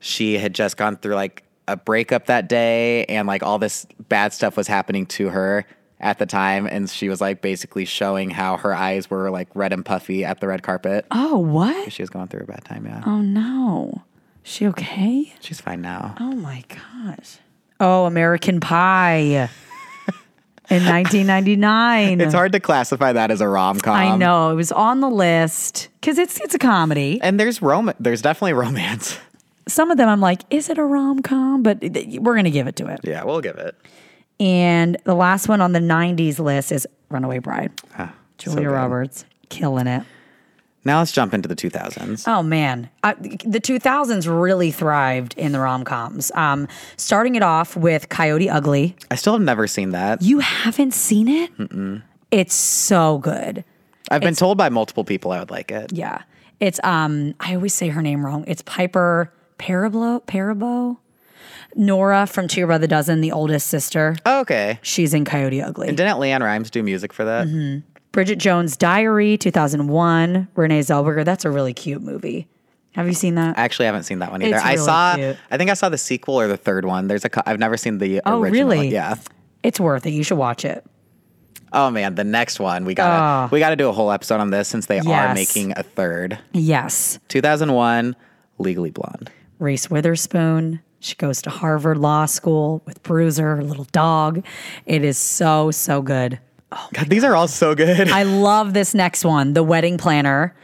Speaker 1: she had just gone through like a breakup that day and like all this bad stuff was happening to her at the time. And she was like basically showing how her eyes were like red and puffy at the red carpet.
Speaker 2: Oh, what?
Speaker 1: She was going through a bad time, yeah.
Speaker 2: Oh no. She okay?
Speaker 1: She's fine now.
Speaker 2: Oh my gosh. Oh, American Pie. In 1999.
Speaker 1: It's hard to classify that as a rom com.
Speaker 2: I know. It was on the list cuz it's it's a comedy.
Speaker 1: And there's rom there's definitely romance.
Speaker 2: Some of them I'm like, is it a rom-com? But th- we're going to give it to it.
Speaker 1: Yeah, we'll give it.
Speaker 2: And the last one on the 90s list is Runaway Bride. Julia
Speaker 1: good.
Speaker 2: Roberts, killing it.
Speaker 1: Now let's jump into the 2000s.
Speaker 2: Oh man, I, the 2000s really thrived in the rom coms. Um, starting it off with Coyote Ugly.
Speaker 1: I still have never seen that.
Speaker 2: You haven't seen it? It's so good.
Speaker 1: I've been told by multiple people I would like it.
Speaker 2: Yeah, it's um. I always say her name wrong. It's Piper Parablo Parabo. Nora from Two Your Brother Dozen, the oldest sister.
Speaker 1: Okay.
Speaker 2: She's in Coyote Ugly.
Speaker 1: Didn't Leanne Rhymes do music for that?
Speaker 2: Mm-hmm. Bridget Jones' Diary, 2001. Renee Zellweger. That's a really cute movie. Have you seen that?
Speaker 1: I actually haven't seen that one either.
Speaker 2: It's
Speaker 1: I
Speaker 2: really
Speaker 1: saw.
Speaker 2: cute.
Speaker 1: I think I saw the sequel or the third one. There's a. cou- I've never seen the
Speaker 2: Oh,
Speaker 1: original.
Speaker 2: really?
Speaker 1: Yeah.
Speaker 2: It's worth it. You should watch it.
Speaker 1: Oh man, the next one we gotta we gotta do a whole episode on this since they are
Speaker 2: Ah. Yes.
Speaker 1: making a third.
Speaker 2: Yes.
Speaker 1: 2001, Legally Blonde.
Speaker 2: Reese Witherspoon. She goes to Harvard Law School with Bruiser, her little dog. It is so, so good.
Speaker 1: God, these are all so good.
Speaker 2: I love this next one, The Wedding Planner.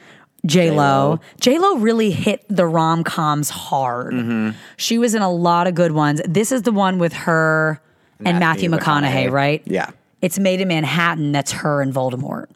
Speaker 2: J Lo. J Lo really hit the rom coms hard.
Speaker 1: Mm-hmm.
Speaker 2: She was in a lot of good ones. This is the one with her and Matthew,
Speaker 1: Matthew
Speaker 2: McConaughey,
Speaker 1: McConaughey.
Speaker 2: right?
Speaker 1: yeah.
Speaker 2: It's made in Manhattan. That's her and Voldemort.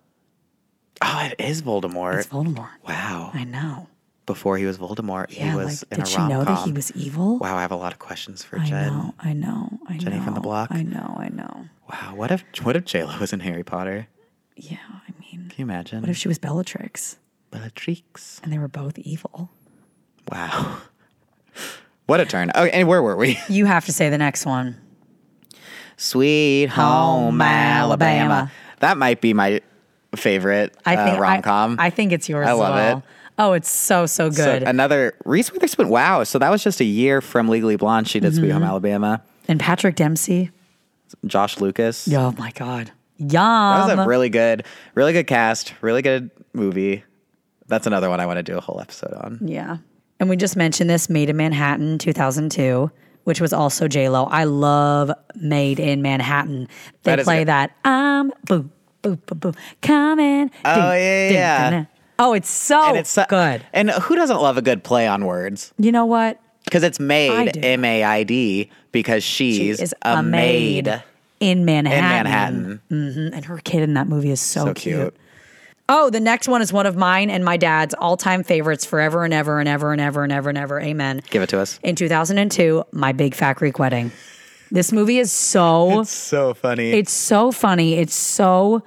Speaker 1: Oh, it is Voldemort.
Speaker 2: It's Voldemort.
Speaker 1: wow.
Speaker 2: I know.
Speaker 1: Before he was Voldemort,
Speaker 2: Yeah,
Speaker 1: he was
Speaker 2: like,
Speaker 1: in
Speaker 2: did
Speaker 1: a
Speaker 2: she
Speaker 1: rom
Speaker 2: know that he
Speaker 1: com.
Speaker 2: was evil?
Speaker 1: Wow, I have a lot of questions for
Speaker 2: I
Speaker 1: Jen.
Speaker 2: know. I know. I Jenny know.
Speaker 1: from the Block.
Speaker 2: I know. I know.
Speaker 1: Wow, what if what if J Lo was in Harry Potter?
Speaker 2: Yeah. I mean,
Speaker 1: Can you imagine?
Speaker 2: what if she was Bellatrix
Speaker 1: Bellatrix?
Speaker 2: and they were both evil?
Speaker 1: Wow. What a turn. Okay, and where were we?
Speaker 2: You have to say the next one.
Speaker 1: Sweet Home Alabama.
Speaker 2: Alabama.
Speaker 1: That might be my favorite
Speaker 2: I think I-
Speaker 1: rom com.
Speaker 2: I, think it's yours.
Speaker 1: uh, I
Speaker 2: as
Speaker 1: love
Speaker 2: well.
Speaker 1: it.
Speaker 2: Oh, it's so so good.
Speaker 1: another Reese Witherspoon. Wow. So that was just a year from Legally Blonde. She did Sweet
Speaker 2: Mm-hmm.
Speaker 1: Home Alabama.
Speaker 2: and Patrick Dempsey.
Speaker 1: Josh Lucas.
Speaker 2: Oh my God. Yum.
Speaker 1: That
Speaker 2: Um,
Speaker 1: was a really good, really good cast. Really good movie. That's another one I want to do a whole episode on.
Speaker 2: yeah. And we just mentioned this Made in Manhattan 2002, which was also J Lo. I love Made in Manhattan. They
Speaker 1: That is
Speaker 2: play
Speaker 1: good.
Speaker 2: that. um, I'm boom boom boom boom coming. Oh
Speaker 1: yeah, yeah.
Speaker 2: Oh, it's so
Speaker 1: And it's uh, so-
Speaker 2: good.
Speaker 1: And who doesn't love a good play on words?
Speaker 2: You know what?
Speaker 1: Because it's
Speaker 2: I
Speaker 1: made
Speaker 2: do.
Speaker 1: M A I D because she's
Speaker 2: is
Speaker 1: a,
Speaker 2: a maid
Speaker 1: maid.
Speaker 2: in Manhattan.
Speaker 1: Manhattan.
Speaker 2: hmm And her kid in that movie is so,
Speaker 1: So
Speaker 2: cute.
Speaker 1: cute.
Speaker 2: Oh, the next one is one of mine and my dad's all time favorites forever and ever and ever and ever and ever and ever. Amen.
Speaker 1: Give it to us.
Speaker 2: In 2002, My Big Fat Greek Wedding. This movie is so, it's,
Speaker 1: So funny.
Speaker 2: so funny. It's so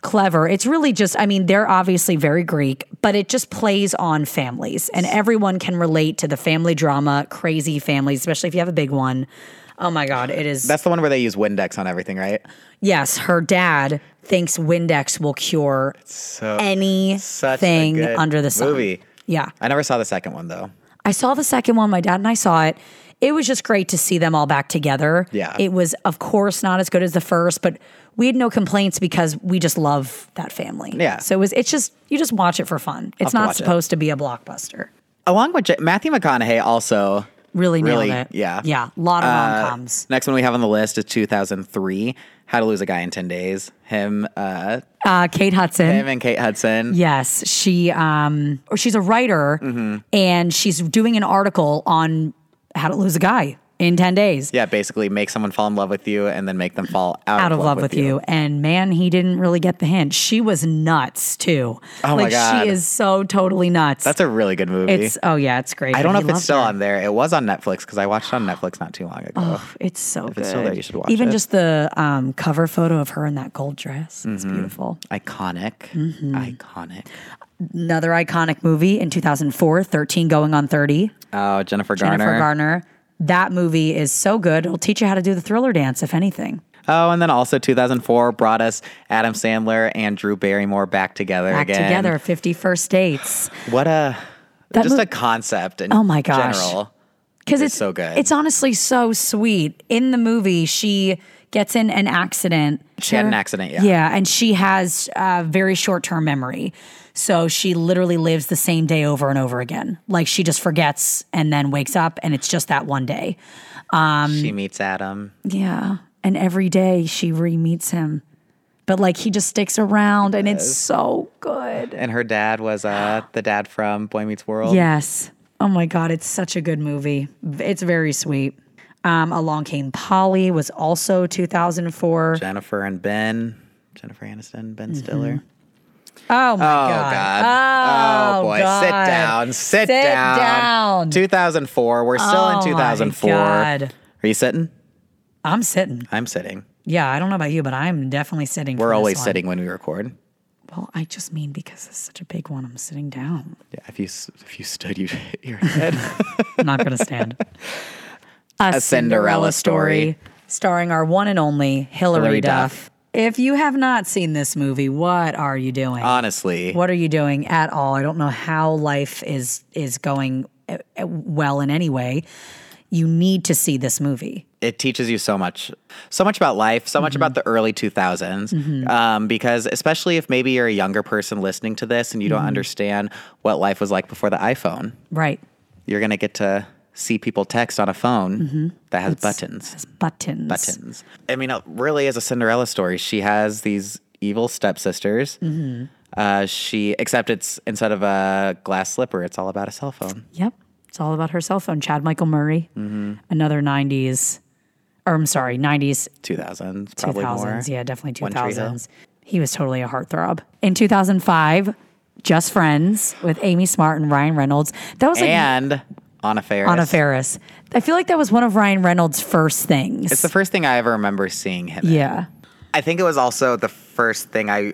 Speaker 2: clever. It's really just, I mean, they're obviously very Greek, but it just plays on families and everyone can relate to the family drama, crazy families, especially if you have a big one. Oh my God, it is.
Speaker 1: That's the one where they use Windex on everything, right?
Speaker 2: Yes, her dad thinks Windex will cure anything
Speaker 1: such a good
Speaker 2: under the sun.
Speaker 1: movie.
Speaker 2: Yeah.
Speaker 1: I never saw the second one though.
Speaker 2: I saw the second one, my dad and I saw it. It was just great to see them all back together.
Speaker 1: Yeah.
Speaker 2: It was, of course, not as good as the first, but we had no complaints because we just love that family.
Speaker 1: Yeah.
Speaker 2: So it was it's just you just watch it for fun. It's
Speaker 1: to
Speaker 2: not
Speaker 1: watch it.
Speaker 2: supposed to be a blockbuster.
Speaker 1: Along with J- Matthew McConaughey, also.
Speaker 2: Really,
Speaker 1: Really,
Speaker 2: nailed it.
Speaker 1: yeah.
Speaker 2: Yeah. A lot of
Speaker 1: Uh,
Speaker 2: rom coms.
Speaker 1: next one we have on the list is 2003, How to Lose a Guy in 10 Days. Him, uh,
Speaker 2: Uh, Kate Hudson.
Speaker 1: him and Kate Hudson.
Speaker 2: Yes, she um or she's a writer
Speaker 1: Mm-hmm.
Speaker 2: and she's doing an article on how to lose a guy in 10 days.
Speaker 1: Yeah, basically make someone fall in love with you and then make them fall out,
Speaker 2: Out of love with you. and man, he didn't really get the hint. She was nuts too.
Speaker 1: Oh my
Speaker 2: like
Speaker 1: God.
Speaker 2: she is so totally nuts.
Speaker 1: That's a really good movie.
Speaker 2: it's oh yeah, it's great.
Speaker 1: I don't know if it's still
Speaker 2: on.
Speaker 1: on there. It was on Netflix because I watched it on Netflix not too long ago.
Speaker 2: It's so good.
Speaker 1: it's still there, you should watch
Speaker 2: Even
Speaker 1: it.
Speaker 2: just the um, cover photo of her in that gold dress. It's
Speaker 1: Mm-hmm.
Speaker 2: beautiful.
Speaker 1: Iconic.
Speaker 2: Mm-hmm.
Speaker 1: Iconic.
Speaker 2: Another iconic movie in 2004, 13 Going on 30.
Speaker 1: Oh, Jennifer Garner.
Speaker 2: Jennifer Garner. That movie is so good. It'll teach you how to do the thriller dance, if anything.
Speaker 1: Oh, and then also 2004 brought us Adam Sandler and Drew Barrymore back together
Speaker 2: Back
Speaker 1: again.
Speaker 2: together, 50 first dates.
Speaker 1: What a
Speaker 2: That
Speaker 1: just
Speaker 2: mov-
Speaker 1: a concept in
Speaker 2: Oh my gosh.
Speaker 1: general.
Speaker 2: Because
Speaker 1: It's
Speaker 2: it's
Speaker 1: so good.
Speaker 2: It's honestly so sweet. In the movie, she gets in an accident.
Speaker 1: She had an accident, yeah.
Speaker 2: Yeah, and she has uh, very short term memory. So she literally lives the same day over and over again. Like she just forgets and then wakes up, and it's just that one day. Um,
Speaker 1: she meets Adam.
Speaker 2: Yeah. And every day she re meets him. But like he just sticks around, and it's so good.
Speaker 1: And her dad was uh the dad from Boy Meets World.
Speaker 2: Oh Yes. Oh my God, it's such a good movie. V- It's very sweet. Um, Along Came Polly was also 2004.
Speaker 1: Jennifer and Ben. Jennifer Aniston, Ben Stiller.
Speaker 2: Oh my
Speaker 1: Oh
Speaker 2: Mm-hmm. god.
Speaker 1: God!
Speaker 2: Oh,
Speaker 1: boy! Sit
Speaker 2: God.
Speaker 1: down. Sit,
Speaker 2: Sit
Speaker 1: down.
Speaker 2: down.
Speaker 1: 2004. We're still
Speaker 2: Oh,
Speaker 1: in
Speaker 2: my
Speaker 1: 2004.
Speaker 2: God.
Speaker 1: Are you sitting?
Speaker 2: I'm sitting.
Speaker 1: I'm sitting.
Speaker 2: Yeah, I don't know about you, but I'm definitely sitting. for
Speaker 1: We're
Speaker 2: this
Speaker 1: always
Speaker 2: one.
Speaker 1: sitting when we record.
Speaker 2: Well, I just mean because it's such a big one, I'm sitting down.
Speaker 1: Yeah. If you s- if you stood, you'd hit your head.
Speaker 2: I'm not going to stand.
Speaker 1: A Cinderella story.
Speaker 2: starring our one and only Hilary,
Speaker 1: Hilary
Speaker 2: Duff.
Speaker 1: Duff.
Speaker 2: If you have not seen this movie, what are you doing?
Speaker 1: Honestly.
Speaker 2: what are you doing at all? I don't know how life is is going uh, uh, well in any way. You need to see this movie.
Speaker 1: it teaches you so much, so much about life, so much
Speaker 2: Mm-hmm.
Speaker 1: about the early 2000s. Um, because especially if maybe you're a younger person listening to this and you
Speaker 2: Mm-hmm.
Speaker 1: don't understand what life was like before the iPhone,
Speaker 2: Right.
Speaker 1: you're gonna get to see people text on a phone that has buttons.
Speaker 2: Mm-hmm. It's buttons.
Speaker 1: Buttons. I mean, it really is a Cinderella story. She has these evil stepsisters.
Speaker 2: Mm-hmm.
Speaker 1: Uh, she, except it's instead of a glass slipper, it's all about a cell phone.
Speaker 2: Yep. It's all about her cell phone. Chad Michael Murray,
Speaker 1: Mm-hmm.
Speaker 2: another 90s, or I'm sorry, 90s,
Speaker 1: 2000s, probably
Speaker 2: 2000s.
Speaker 1: more.
Speaker 2: Yeah, definitely
Speaker 1: One Tree Hill.
Speaker 2: 2000s. He was totally a heartthrob. In 2005, Just Friends with Amy Smart and Ryan Reynolds. That was like
Speaker 1: And Anna Faris.
Speaker 2: Anna Faris. I feel like that was one of Ryan Reynolds' first things.
Speaker 1: It's the first thing I ever remember seeing him. in.
Speaker 2: yeah.
Speaker 1: I think it was also the first thing I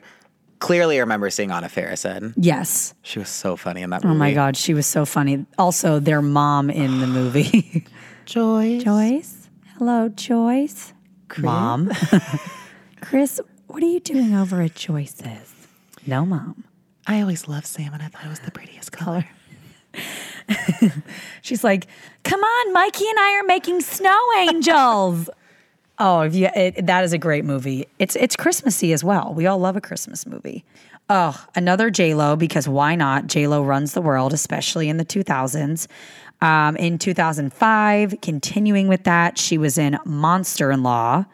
Speaker 1: clearly remember seeing Anna Faris in.
Speaker 2: Yes.
Speaker 1: She was so funny in that movie.
Speaker 2: Oh my God, she was so funny. Also, their mom in the movie.
Speaker 1: Joy.
Speaker 2: Joyce? Hello, Joyce. Mom. Chris, what are you doing over at Joyce's? No, mom.
Speaker 1: I always loved salmon. I thought it was the prettiest color.
Speaker 2: She's like, come on, Mikey and I are making snow angels. oh, if you, it, that is a great movie. It's it's Christmassy as well. We all love a Christmas movie. Oh, another J Lo because why not? J Lo runs the world, especially in the two thousands. Um, in two thousand five, continuing with that, she was in Monster in Law,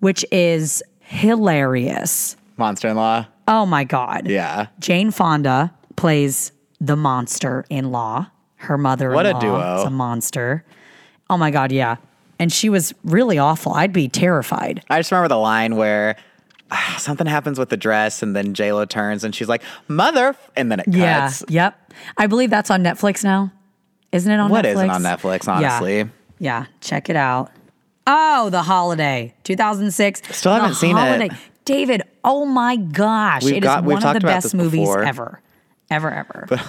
Speaker 2: which is hilarious.
Speaker 1: Monster in Law.
Speaker 2: Oh my god!
Speaker 1: Yeah.
Speaker 2: Jane Fonda plays the monster in law. Her mother
Speaker 1: What a
Speaker 2: is
Speaker 1: duo.
Speaker 2: a monster. Oh my god, yeah. And she was really awful. I'd be terrified.
Speaker 1: I just remember the line where ah, something happens with the dress, and then J Lo turns and she's like, "Mother," and then it cuts.
Speaker 2: Yeah. Yep. I believe that's on Netflix now. Isn't it on
Speaker 1: What
Speaker 2: Netflix?
Speaker 1: isn't on Netflix? Honestly,
Speaker 2: Yeah. yeah. Check it out. Oh, The Holiday, 2006.
Speaker 1: Still haven't
Speaker 2: The
Speaker 1: seen it.
Speaker 2: Holiday. David, oh my gosh.
Speaker 1: We've
Speaker 2: it is
Speaker 1: got- we've
Speaker 2: one of
Speaker 1: talked
Speaker 2: the
Speaker 1: about
Speaker 2: best
Speaker 1: this
Speaker 2: movies
Speaker 1: before.
Speaker 2: ever. Ever, ever.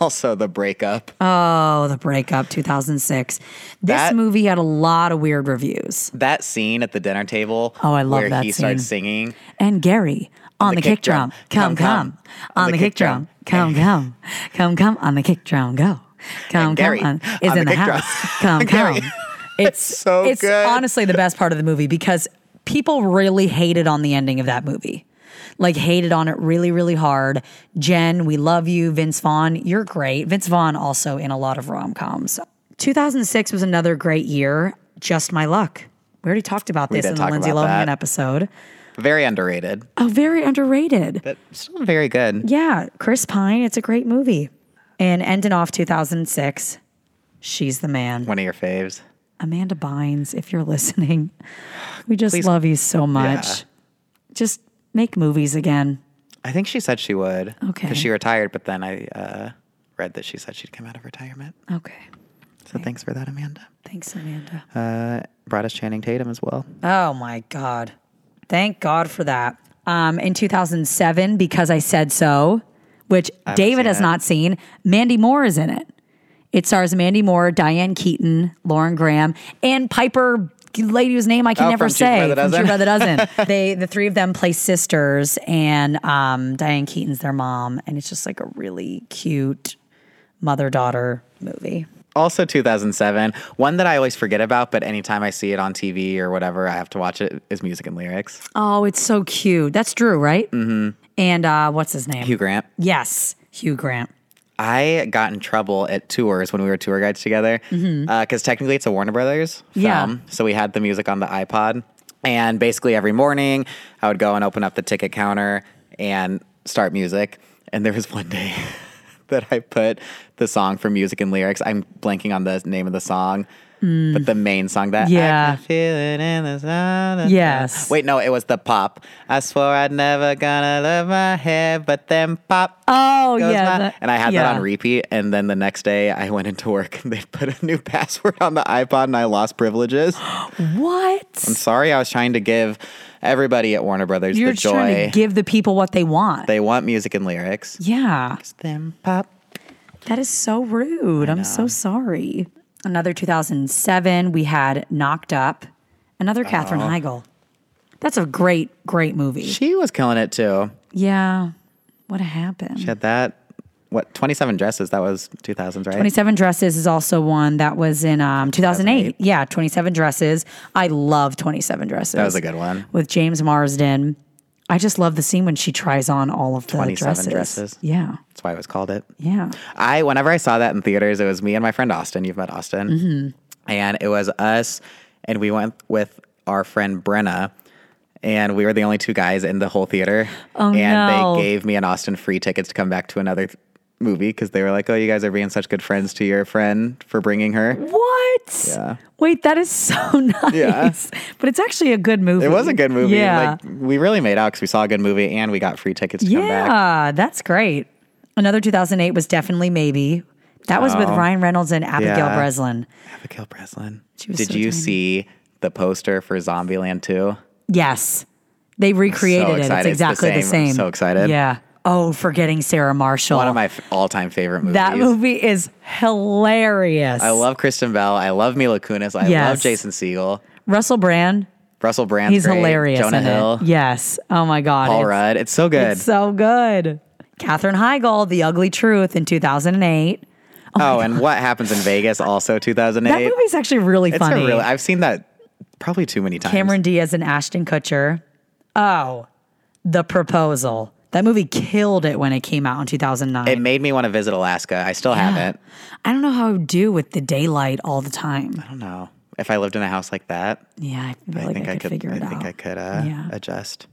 Speaker 1: also the breakup.
Speaker 2: Oh, the breakup 2006. This
Speaker 1: That-
Speaker 2: movie had a lot of weird reviews.
Speaker 1: that scene at the dinner table.
Speaker 2: Oh, I love
Speaker 1: where
Speaker 2: that
Speaker 1: he starts singing.
Speaker 2: And Gary on, the, kick, drum, come, come. On the kick drum, come, come. Come, come. On the kick drum, go. Come, come.
Speaker 1: Gary
Speaker 2: On, is
Speaker 1: on
Speaker 2: in
Speaker 1: the
Speaker 2: the
Speaker 1: kick drum.
Speaker 2: house. Come,
Speaker 1: Gary.
Speaker 2: come. It's
Speaker 1: so
Speaker 2: It's
Speaker 1: good.
Speaker 2: honestly the best part of the movie because people really hated on the ending of that movie. Like hated on it really, really hard. Jen, we love you. Vince Vaughn, you're great. Vince Vaughn also in a lot of rom coms. 2006 was another great year. Just my luck. We already talked about this
Speaker 1: did
Speaker 2: in the
Speaker 1: talk
Speaker 2: Lindsay
Speaker 1: about
Speaker 2: Lohan
Speaker 1: that.
Speaker 2: episode.
Speaker 1: Very underrated,
Speaker 2: Oh, very underrated.
Speaker 1: but still very good.
Speaker 2: Yeah, Chris Pine. It's a great movie. And ending off 2006, she's the man.
Speaker 1: One of your faves.
Speaker 2: Amanda Bynes, if you're listening, we just
Speaker 1: Please.
Speaker 2: love you so much.
Speaker 1: Yeah.
Speaker 2: Just make movies again.
Speaker 1: I think she said she would.
Speaker 2: Okay.
Speaker 1: Because she retired, but then I uh, read that she said she'd come out of retirement.
Speaker 2: Okay.
Speaker 1: So thanks for that, Amanda.
Speaker 2: Thanks, Amanda.
Speaker 1: Brought us Channing Tatum as well.
Speaker 2: Oh my God. Thank God for that. Um, in 2007, Because I Said So, which David
Speaker 1: seen
Speaker 2: has
Speaker 1: it.
Speaker 2: not seen, Mandy Moore is in it. It stars Mandy Moore, Diane Keaton, Lauren Graham, and Piper, lady whose name I can
Speaker 1: Oh,
Speaker 2: never
Speaker 1: from Cheaper
Speaker 2: say.
Speaker 1: by the
Speaker 2: from
Speaker 1: Dozen?
Speaker 2: Cheaper by the Dozen. they, the three of them play sisters, and um, Diane Keaton's their mom. And it's just like a really cute mother daughter movie.
Speaker 1: Also 2007. One that I always forget about, but anytime I see it on TV or whatever, I have to watch it, is Music and Lyrics.
Speaker 2: Oh, it's so cute. That's Drew, right? Mm-hmm. And uh, what's his name?
Speaker 1: Hugh Grant.
Speaker 2: Yes, Hugh Grant.
Speaker 1: I got in trouble at tours when we were tour guides together because technically it's a Warner Brothers film.
Speaker 2: Mm-hmm. Yeah.
Speaker 1: So we had the music on the iPod. And basically every morning I would go and open up the ticket counter and start music. And there was one day that I put the song for music and lyrics. I'm blanking on the name of the song. But the main song that I
Speaker 2: Mm. Yeah.
Speaker 1: can feel it in the sound of-
Speaker 2: Yes.
Speaker 1: Wait, no, it was the pop. I swore I'd never gonna love my hair, but then pop.
Speaker 2: Oh
Speaker 1: goes
Speaker 2: yeah,
Speaker 1: my-
Speaker 2: that-
Speaker 1: and I had
Speaker 2: yeah.
Speaker 1: that on repeat. And then the next day, I went into work and they put a new password on the iPod, and I lost privileges. I'm
Speaker 2: What?
Speaker 1: sorry, I was trying to give everybody at Warner Brothers
Speaker 2: You're
Speaker 1: the
Speaker 2: just trying
Speaker 1: joy.
Speaker 2: to give the people what they want.
Speaker 1: they want music and lyrics.
Speaker 2: yeah,
Speaker 1: Them pop.
Speaker 2: that is so rude. I'm so sorry. Another 2007, we had Knocked Up. Another Katherine Heigl. That's a great, great movie.
Speaker 1: She was killing it too.
Speaker 2: Yeah. What happened?
Speaker 1: She had that. What 27 dresses? That was 2000s, right?
Speaker 2: 27 Dresses is also one that was in um, 2008. Yeah, 27 Dresses. I love 27 Dresses. That
Speaker 1: was a good one.
Speaker 2: With James Marsden. I just love the scene when she tries on all of the
Speaker 1: 27
Speaker 2: dresses.
Speaker 1: dresses.
Speaker 2: Yeah.
Speaker 1: That's why it was called it.
Speaker 2: Yeah.
Speaker 1: I whenever I saw that in theaters, it was me and my friend Austin. You've met Austin,
Speaker 2: Mm-hmm.
Speaker 1: and it was us, and we went with our friend Brenna, and we were the only two guys in the whole theater. Oh, and
Speaker 2: no.
Speaker 1: they gave me and Austin free tickets to come back to another th- movie because they were like, "Oh, you guys are being such good friends to your friend for bringing her."
Speaker 2: What?
Speaker 1: Yeah.
Speaker 2: Wait, that is so nice.
Speaker 1: Yeah.
Speaker 2: But it's actually a good movie.
Speaker 1: It was a good movie.
Speaker 2: Yeah.
Speaker 1: Like we really made out because we saw a good movie and we got free tickets to come back.
Speaker 2: yeah, that's great. Another 2008 was definitely Maybe. That was with
Speaker 1: Oh.
Speaker 2: Ryan Reynolds and Abigail
Speaker 1: Yeah.
Speaker 2: Breslin.
Speaker 1: Abigail Breslin.
Speaker 2: was
Speaker 1: Did
Speaker 2: so
Speaker 1: you
Speaker 2: tiny.
Speaker 1: see the poster for Zombieland 2?
Speaker 2: Yes. They recreated it.
Speaker 1: excited.
Speaker 2: It's
Speaker 1: It's the
Speaker 2: exactly the
Speaker 1: same.
Speaker 2: same.
Speaker 1: I'm so excited.
Speaker 2: Yeah. Oh, forgetting Sarah Marshall.
Speaker 1: One of my f- all-time favorite movies.
Speaker 2: Oh. that movie is hilarious.
Speaker 1: I love Kristen Bell. I love Mila Kunis. I love
Speaker 2: Yes.
Speaker 1: Jason Segel.
Speaker 2: Russell Brand.
Speaker 1: Russell Brand.
Speaker 2: He's hilarious.
Speaker 1: Jonah
Speaker 2: in
Speaker 1: Hill.
Speaker 2: It. Yes. Oh my God.
Speaker 1: Paul
Speaker 2: it's
Speaker 1: Rudd. It's so good.
Speaker 2: so good. Katherine Heigl, The Ugly Truth in 2008.
Speaker 1: oh, and What Happens in Vegas? Also 2008.
Speaker 2: That movie's actually really
Speaker 1: it's
Speaker 2: funny.
Speaker 1: a real. I've seen that probably too many times.
Speaker 2: Cameron Diaz and Ashton Kutcher. Oh, The Proposal. That movie killed it when it came out in 2009.
Speaker 1: It made me want to visit Alaska. I still haven't.
Speaker 2: I don't know how I would do with the daylight all the time.
Speaker 1: I don't know if I lived in a house like that.
Speaker 2: Yeah, I feel
Speaker 1: I
Speaker 2: like
Speaker 1: think
Speaker 2: I, could, figure
Speaker 1: I
Speaker 2: it
Speaker 1: think
Speaker 2: out.
Speaker 1: I could uh,
Speaker 2: Yeah.
Speaker 1: adjust.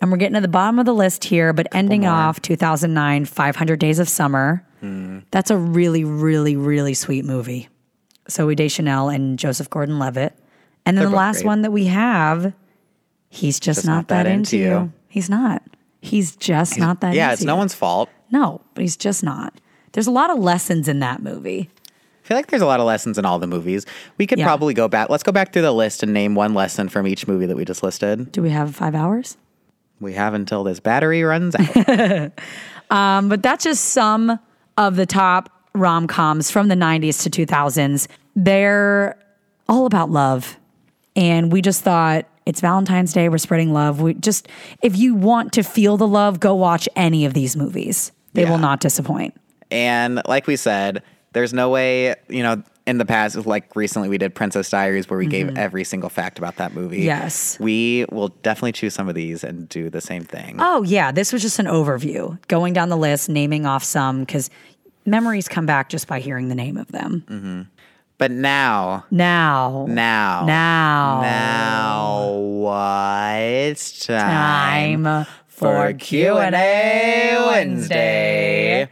Speaker 2: and we're getting to the bottom of the list here, but ending off 2009, 500 Days of Summer.
Speaker 1: Hmm.
Speaker 2: That's a really, really, really sweet movie. Zoe Deschanel and Joseph Gordon-Levitt. And then the
Speaker 1: both
Speaker 2: last
Speaker 1: great.
Speaker 2: one that we have, he's just, not, that, into you. He's not. He's just not that.
Speaker 1: Yeah,
Speaker 2: into
Speaker 1: it's no
Speaker 2: you.
Speaker 1: one's fault.
Speaker 2: No, but he's just not. There's a lot of lessons in that movie.
Speaker 1: I feel like there's a lot of lessons in all the movies. We could
Speaker 2: Yeah.
Speaker 1: probably go back. Let's go back through the list and name one lesson from each movie that we just listed.
Speaker 2: Do we have five hours?
Speaker 1: We have until this battery runs out.
Speaker 2: But that's just some of the top rom coms from the 90s to 2000s. They're all about love. And we just thought it's Valentine's Day. We're spreading love. We just, if you want to feel the love, go watch any of these movies. They
Speaker 1: Yeah.
Speaker 2: will not disappoint.
Speaker 1: and like we said, there's no way, you know, in the past, like recently we did Princess Diaries where we gave every single fact about that movie.
Speaker 2: Yes.
Speaker 1: We will definitely choose some of these and do the same thing.
Speaker 2: Oh, yeah. This was just an overview, going down the list, naming off some, because memories come back just by hearing the name of them.
Speaker 1: But now,
Speaker 2: Now.
Speaker 1: now,
Speaker 2: Now.
Speaker 1: now, uh, it's time,
Speaker 2: time
Speaker 1: for Q&A Wednesday.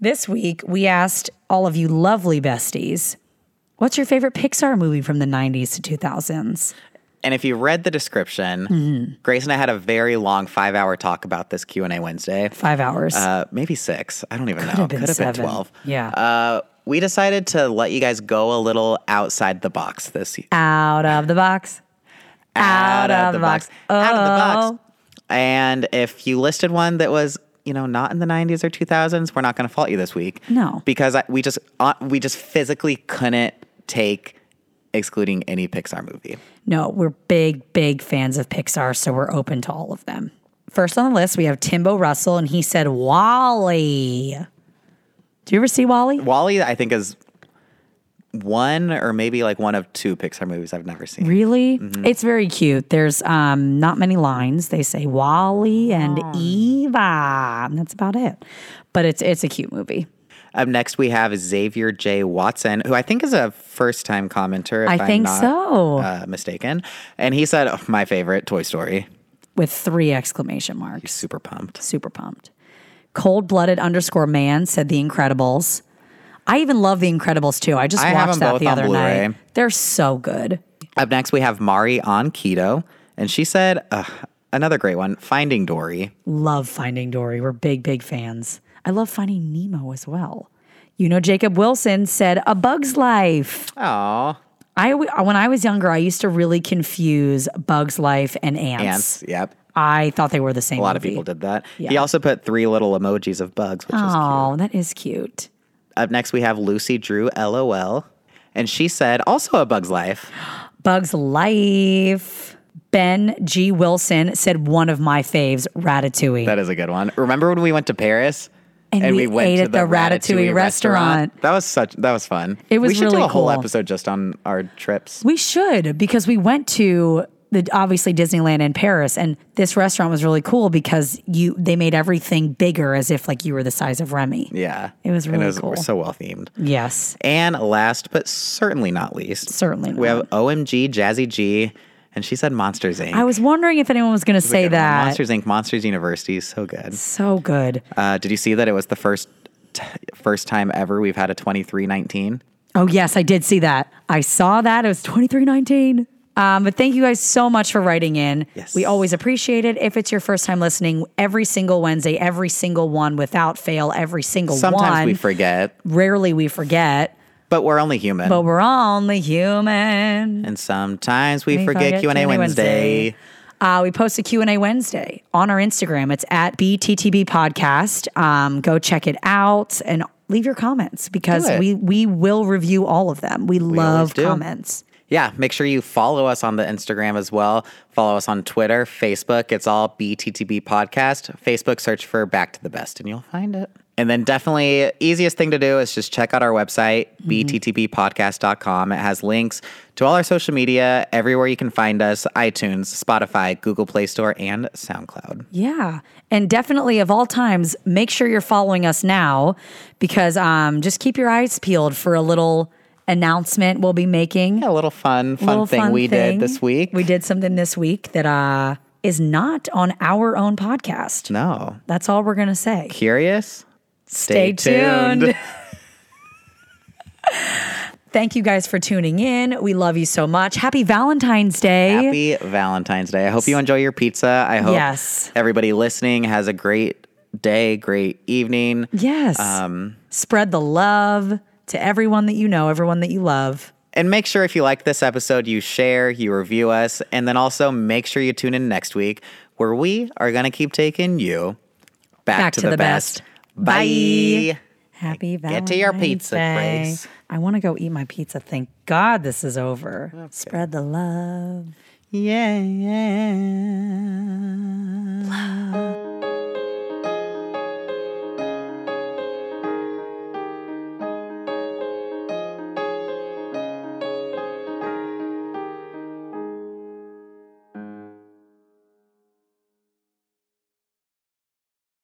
Speaker 2: This week we asked all of you lovely besties, what's your favorite Pixar movie from the 90s to 2000s?
Speaker 1: And if you read the description, Grace and I had a very long five-hour talk about this Q&A Wednesday.
Speaker 2: 5 hours.
Speaker 1: uh, maybe six. I don't even know.
Speaker 2: been
Speaker 1: Could have been
Speaker 2: seven.
Speaker 1: twelve.
Speaker 2: Yeah.
Speaker 1: Uh, we decided to let you guys go a little outside the box this year.
Speaker 2: out of the box. Out of the box.
Speaker 1: Out of the
Speaker 2: Oh.
Speaker 1: box. And if you listed one that was, you know, not in the '90s or 2000s, we're not going to fault you this week.
Speaker 2: No.
Speaker 1: because I, we just uh, we just physically couldn't take excluding any Pixar movie.
Speaker 2: No, we're big, big fans of Pixar, so we're open to all of them. First on the list, we have Timbo Russell, and he said Wally. Do you ever see Wally?
Speaker 1: Wally, I think, is one or maybe like one of two Pixar movies I've never seen.
Speaker 2: Really? It's very cute. There's um, not many lines. They say Wally and Eva. And that's about it. But it's it's a cute movie.
Speaker 1: Up next, we have Xavier J. Watson, who I think is a first time commenter. If
Speaker 2: I think
Speaker 1: am not,
Speaker 2: so.
Speaker 1: Uh, mistaken. And he said, oh, My favorite Toy Story.
Speaker 2: With three exclamation marks.
Speaker 1: Super pumped.
Speaker 2: Super pumped. Cold blooded underscore man said The Incredibles. I even love The Incredibles too. I just
Speaker 1: I have
Speaker 2: watched
Speaker 1: them
Speaker 2: that
Speaker 1: both
Speaker 2: the
Speaker 1: on
Speaker 2: other
Speaker 1: Blu-ray.
Speaker 2: night. They're so good.
Speaker 1: Up next, we have Mari on keto, and she said, Ugh, another great one, Finding Dory.
Speaker 2: Love Finding Dory. We're big, big fans. I love Finding Nemo as well. You know, Jacob Wilson said A Bug's Life.
Speaker 1: Oh,
Speaker 2: I w- when I was younger, I used to really confuse Bug's Life and Ants.
Speaker 1: ants. Yep.
Speaker 2: I thought they were the same.
Speaker 1: A lot of people did that. He
Speaker 2: Yeah.
Speaker 1: also put three little emojis of bugs, which is cute.
Speaker 2: Oh, that is cute.
Speaker 1: Up next, we have Lucy Drew, LOL. And she said, also a bug's life.
Speaker 2: Bug's Life. Ben G. Wilson said one of my faves, Ratatouille.
Speaker 1: That is a good one. Remember when we went to Paris?
Speaker 2: And we ate at the Ratatouille restaurant.
Speaker 1: That was such that was fun.
Speaker 2: It was
Speaker 1: we should do
Speaker 2: really
Speaker 1: a whole
Speaker 2: cool.
Speaker 1: episode just on our trips.
Speaker 2: we should because we went to the obviously Disneyland in Paris, and this restaurant was really cool because you they made everything bigger as if like you were the size of Remy.
Speaker 1: Yeah.
Speaker 2: It was
Speaker 1: and
Speaker 2: really
Speaker 1: it was
Speaker 2: cool.
Speaker 1: so well themed.
Speaker 2: Yes,
Speaker 1: And last but certainly not least,
Speaker 2: certainly.
Speaker 1: we
Speaker 2: not.
Speaker 1: have OMG Jazzy G, and she said Monsters Inc.
Speaker 2: I was wondering if anyone was going to say
Speaker 1: Good one.
Speaker 2: that.
Speaker 1: Monsters Inc. Monsters University is so good.
Speaker 2: So good.
Speaker 1: Uh, did you see that it was the first t- first time ever we've had a twenty three nineteen?
Speaker 2: Oh yes, I did see that. I saw that. It was twenty three nineteen. Um, but thank you guys so much for writing in.
Speaker 1: Yes.
Speaker 2: We always appreciate it. If it's your first time listening, every single Wednesday, every single one without fail, every single
Speaker 1: Sometimes
Speaker 2: one.
Speaker 1: we forget,
Speaker 2: Rarely we forget,
Speaker 1: but we're only human.
Speaker 2: but we're only human.
Speaker 1: and sometimes we,
Speaker 2: We
Speaker 1: forget,
Speaker 2: forget
Speaker 1: Q and A
Speaker 2: Q&A Wednesday.
Speaker 1: Wednesday.
Speaker 2: Uh, we post a Q&A Wednesday on our Instagram. It's at BTTB Podcast. Um, go check it out and leave your comments because
Speaker 1: Do it.
Speaker 2: we, we will review all of them. We, love
Speaker 1: do.
Speaker 2: comments.
Speaker 1: Yeah, make sure you follow us on the Instagram as well. Follow us on Twitter, Facebook. It's all BTTB Podcast. Facebook search for Back to the Best and you'll find it. And then definitely easiest thing to do is just check out our website,
Speaker 2: Mm-hmm.
Speaker 1: bttbpodcast.com. It has links to all our social media, everywhere you can find us, iTunes, Spotify, Google Play Store, and SoundCloud.
Speaker 2: Yeah. And definitely of all times, make sure you're following us now because um, just keep your eyes peeled for a little announcement we'll be making.
Speaker 1: Yeah, a little fun, fun
Speaker 2: Little
Speaker 1: thing
Speaker 2: fun
Speaker 1: we
Speaker 2: thing.
Speaker 1: did this week.
Speaker 2: We did something this week that uh, is not on our own podcast.
Speaker 1: no.
Speaker 2: That's all we're going to say.
Speaker 1: Curious?
Speaker 2: Stay tuned. Thank you guys for tuning in. We love you so much. Happy Valentine's Day.
Speaker 1: Happy Valentine's Day. I hope you enjoy your pizza. I hope
Speaker 2: Yes.
Speaker 1: everybody listening has a great day, great evening.
Speaker 2: yes.
Speaker 1: um,
Speaker 2: Spread the love to everyone that you know, everyone that you love.
Speaker 1: And make sure if you like this episode, you share, you review us, and then also make sure you tune in next week where we are going to keep taking you back, to, the, best.
Speaker 2: Bye.
Speaker 1: Bye.
Speaker 2: Happy
Speaker 1: Get
Speaker 2: Valentine's
Speaker 1: to your pizza,
Speaker 2: Day.
Speaker 1: Grace.
Speaker 2: I want to go eat my pizza. Thank God this is over. Spread the love.
Speaker 1: Yeah.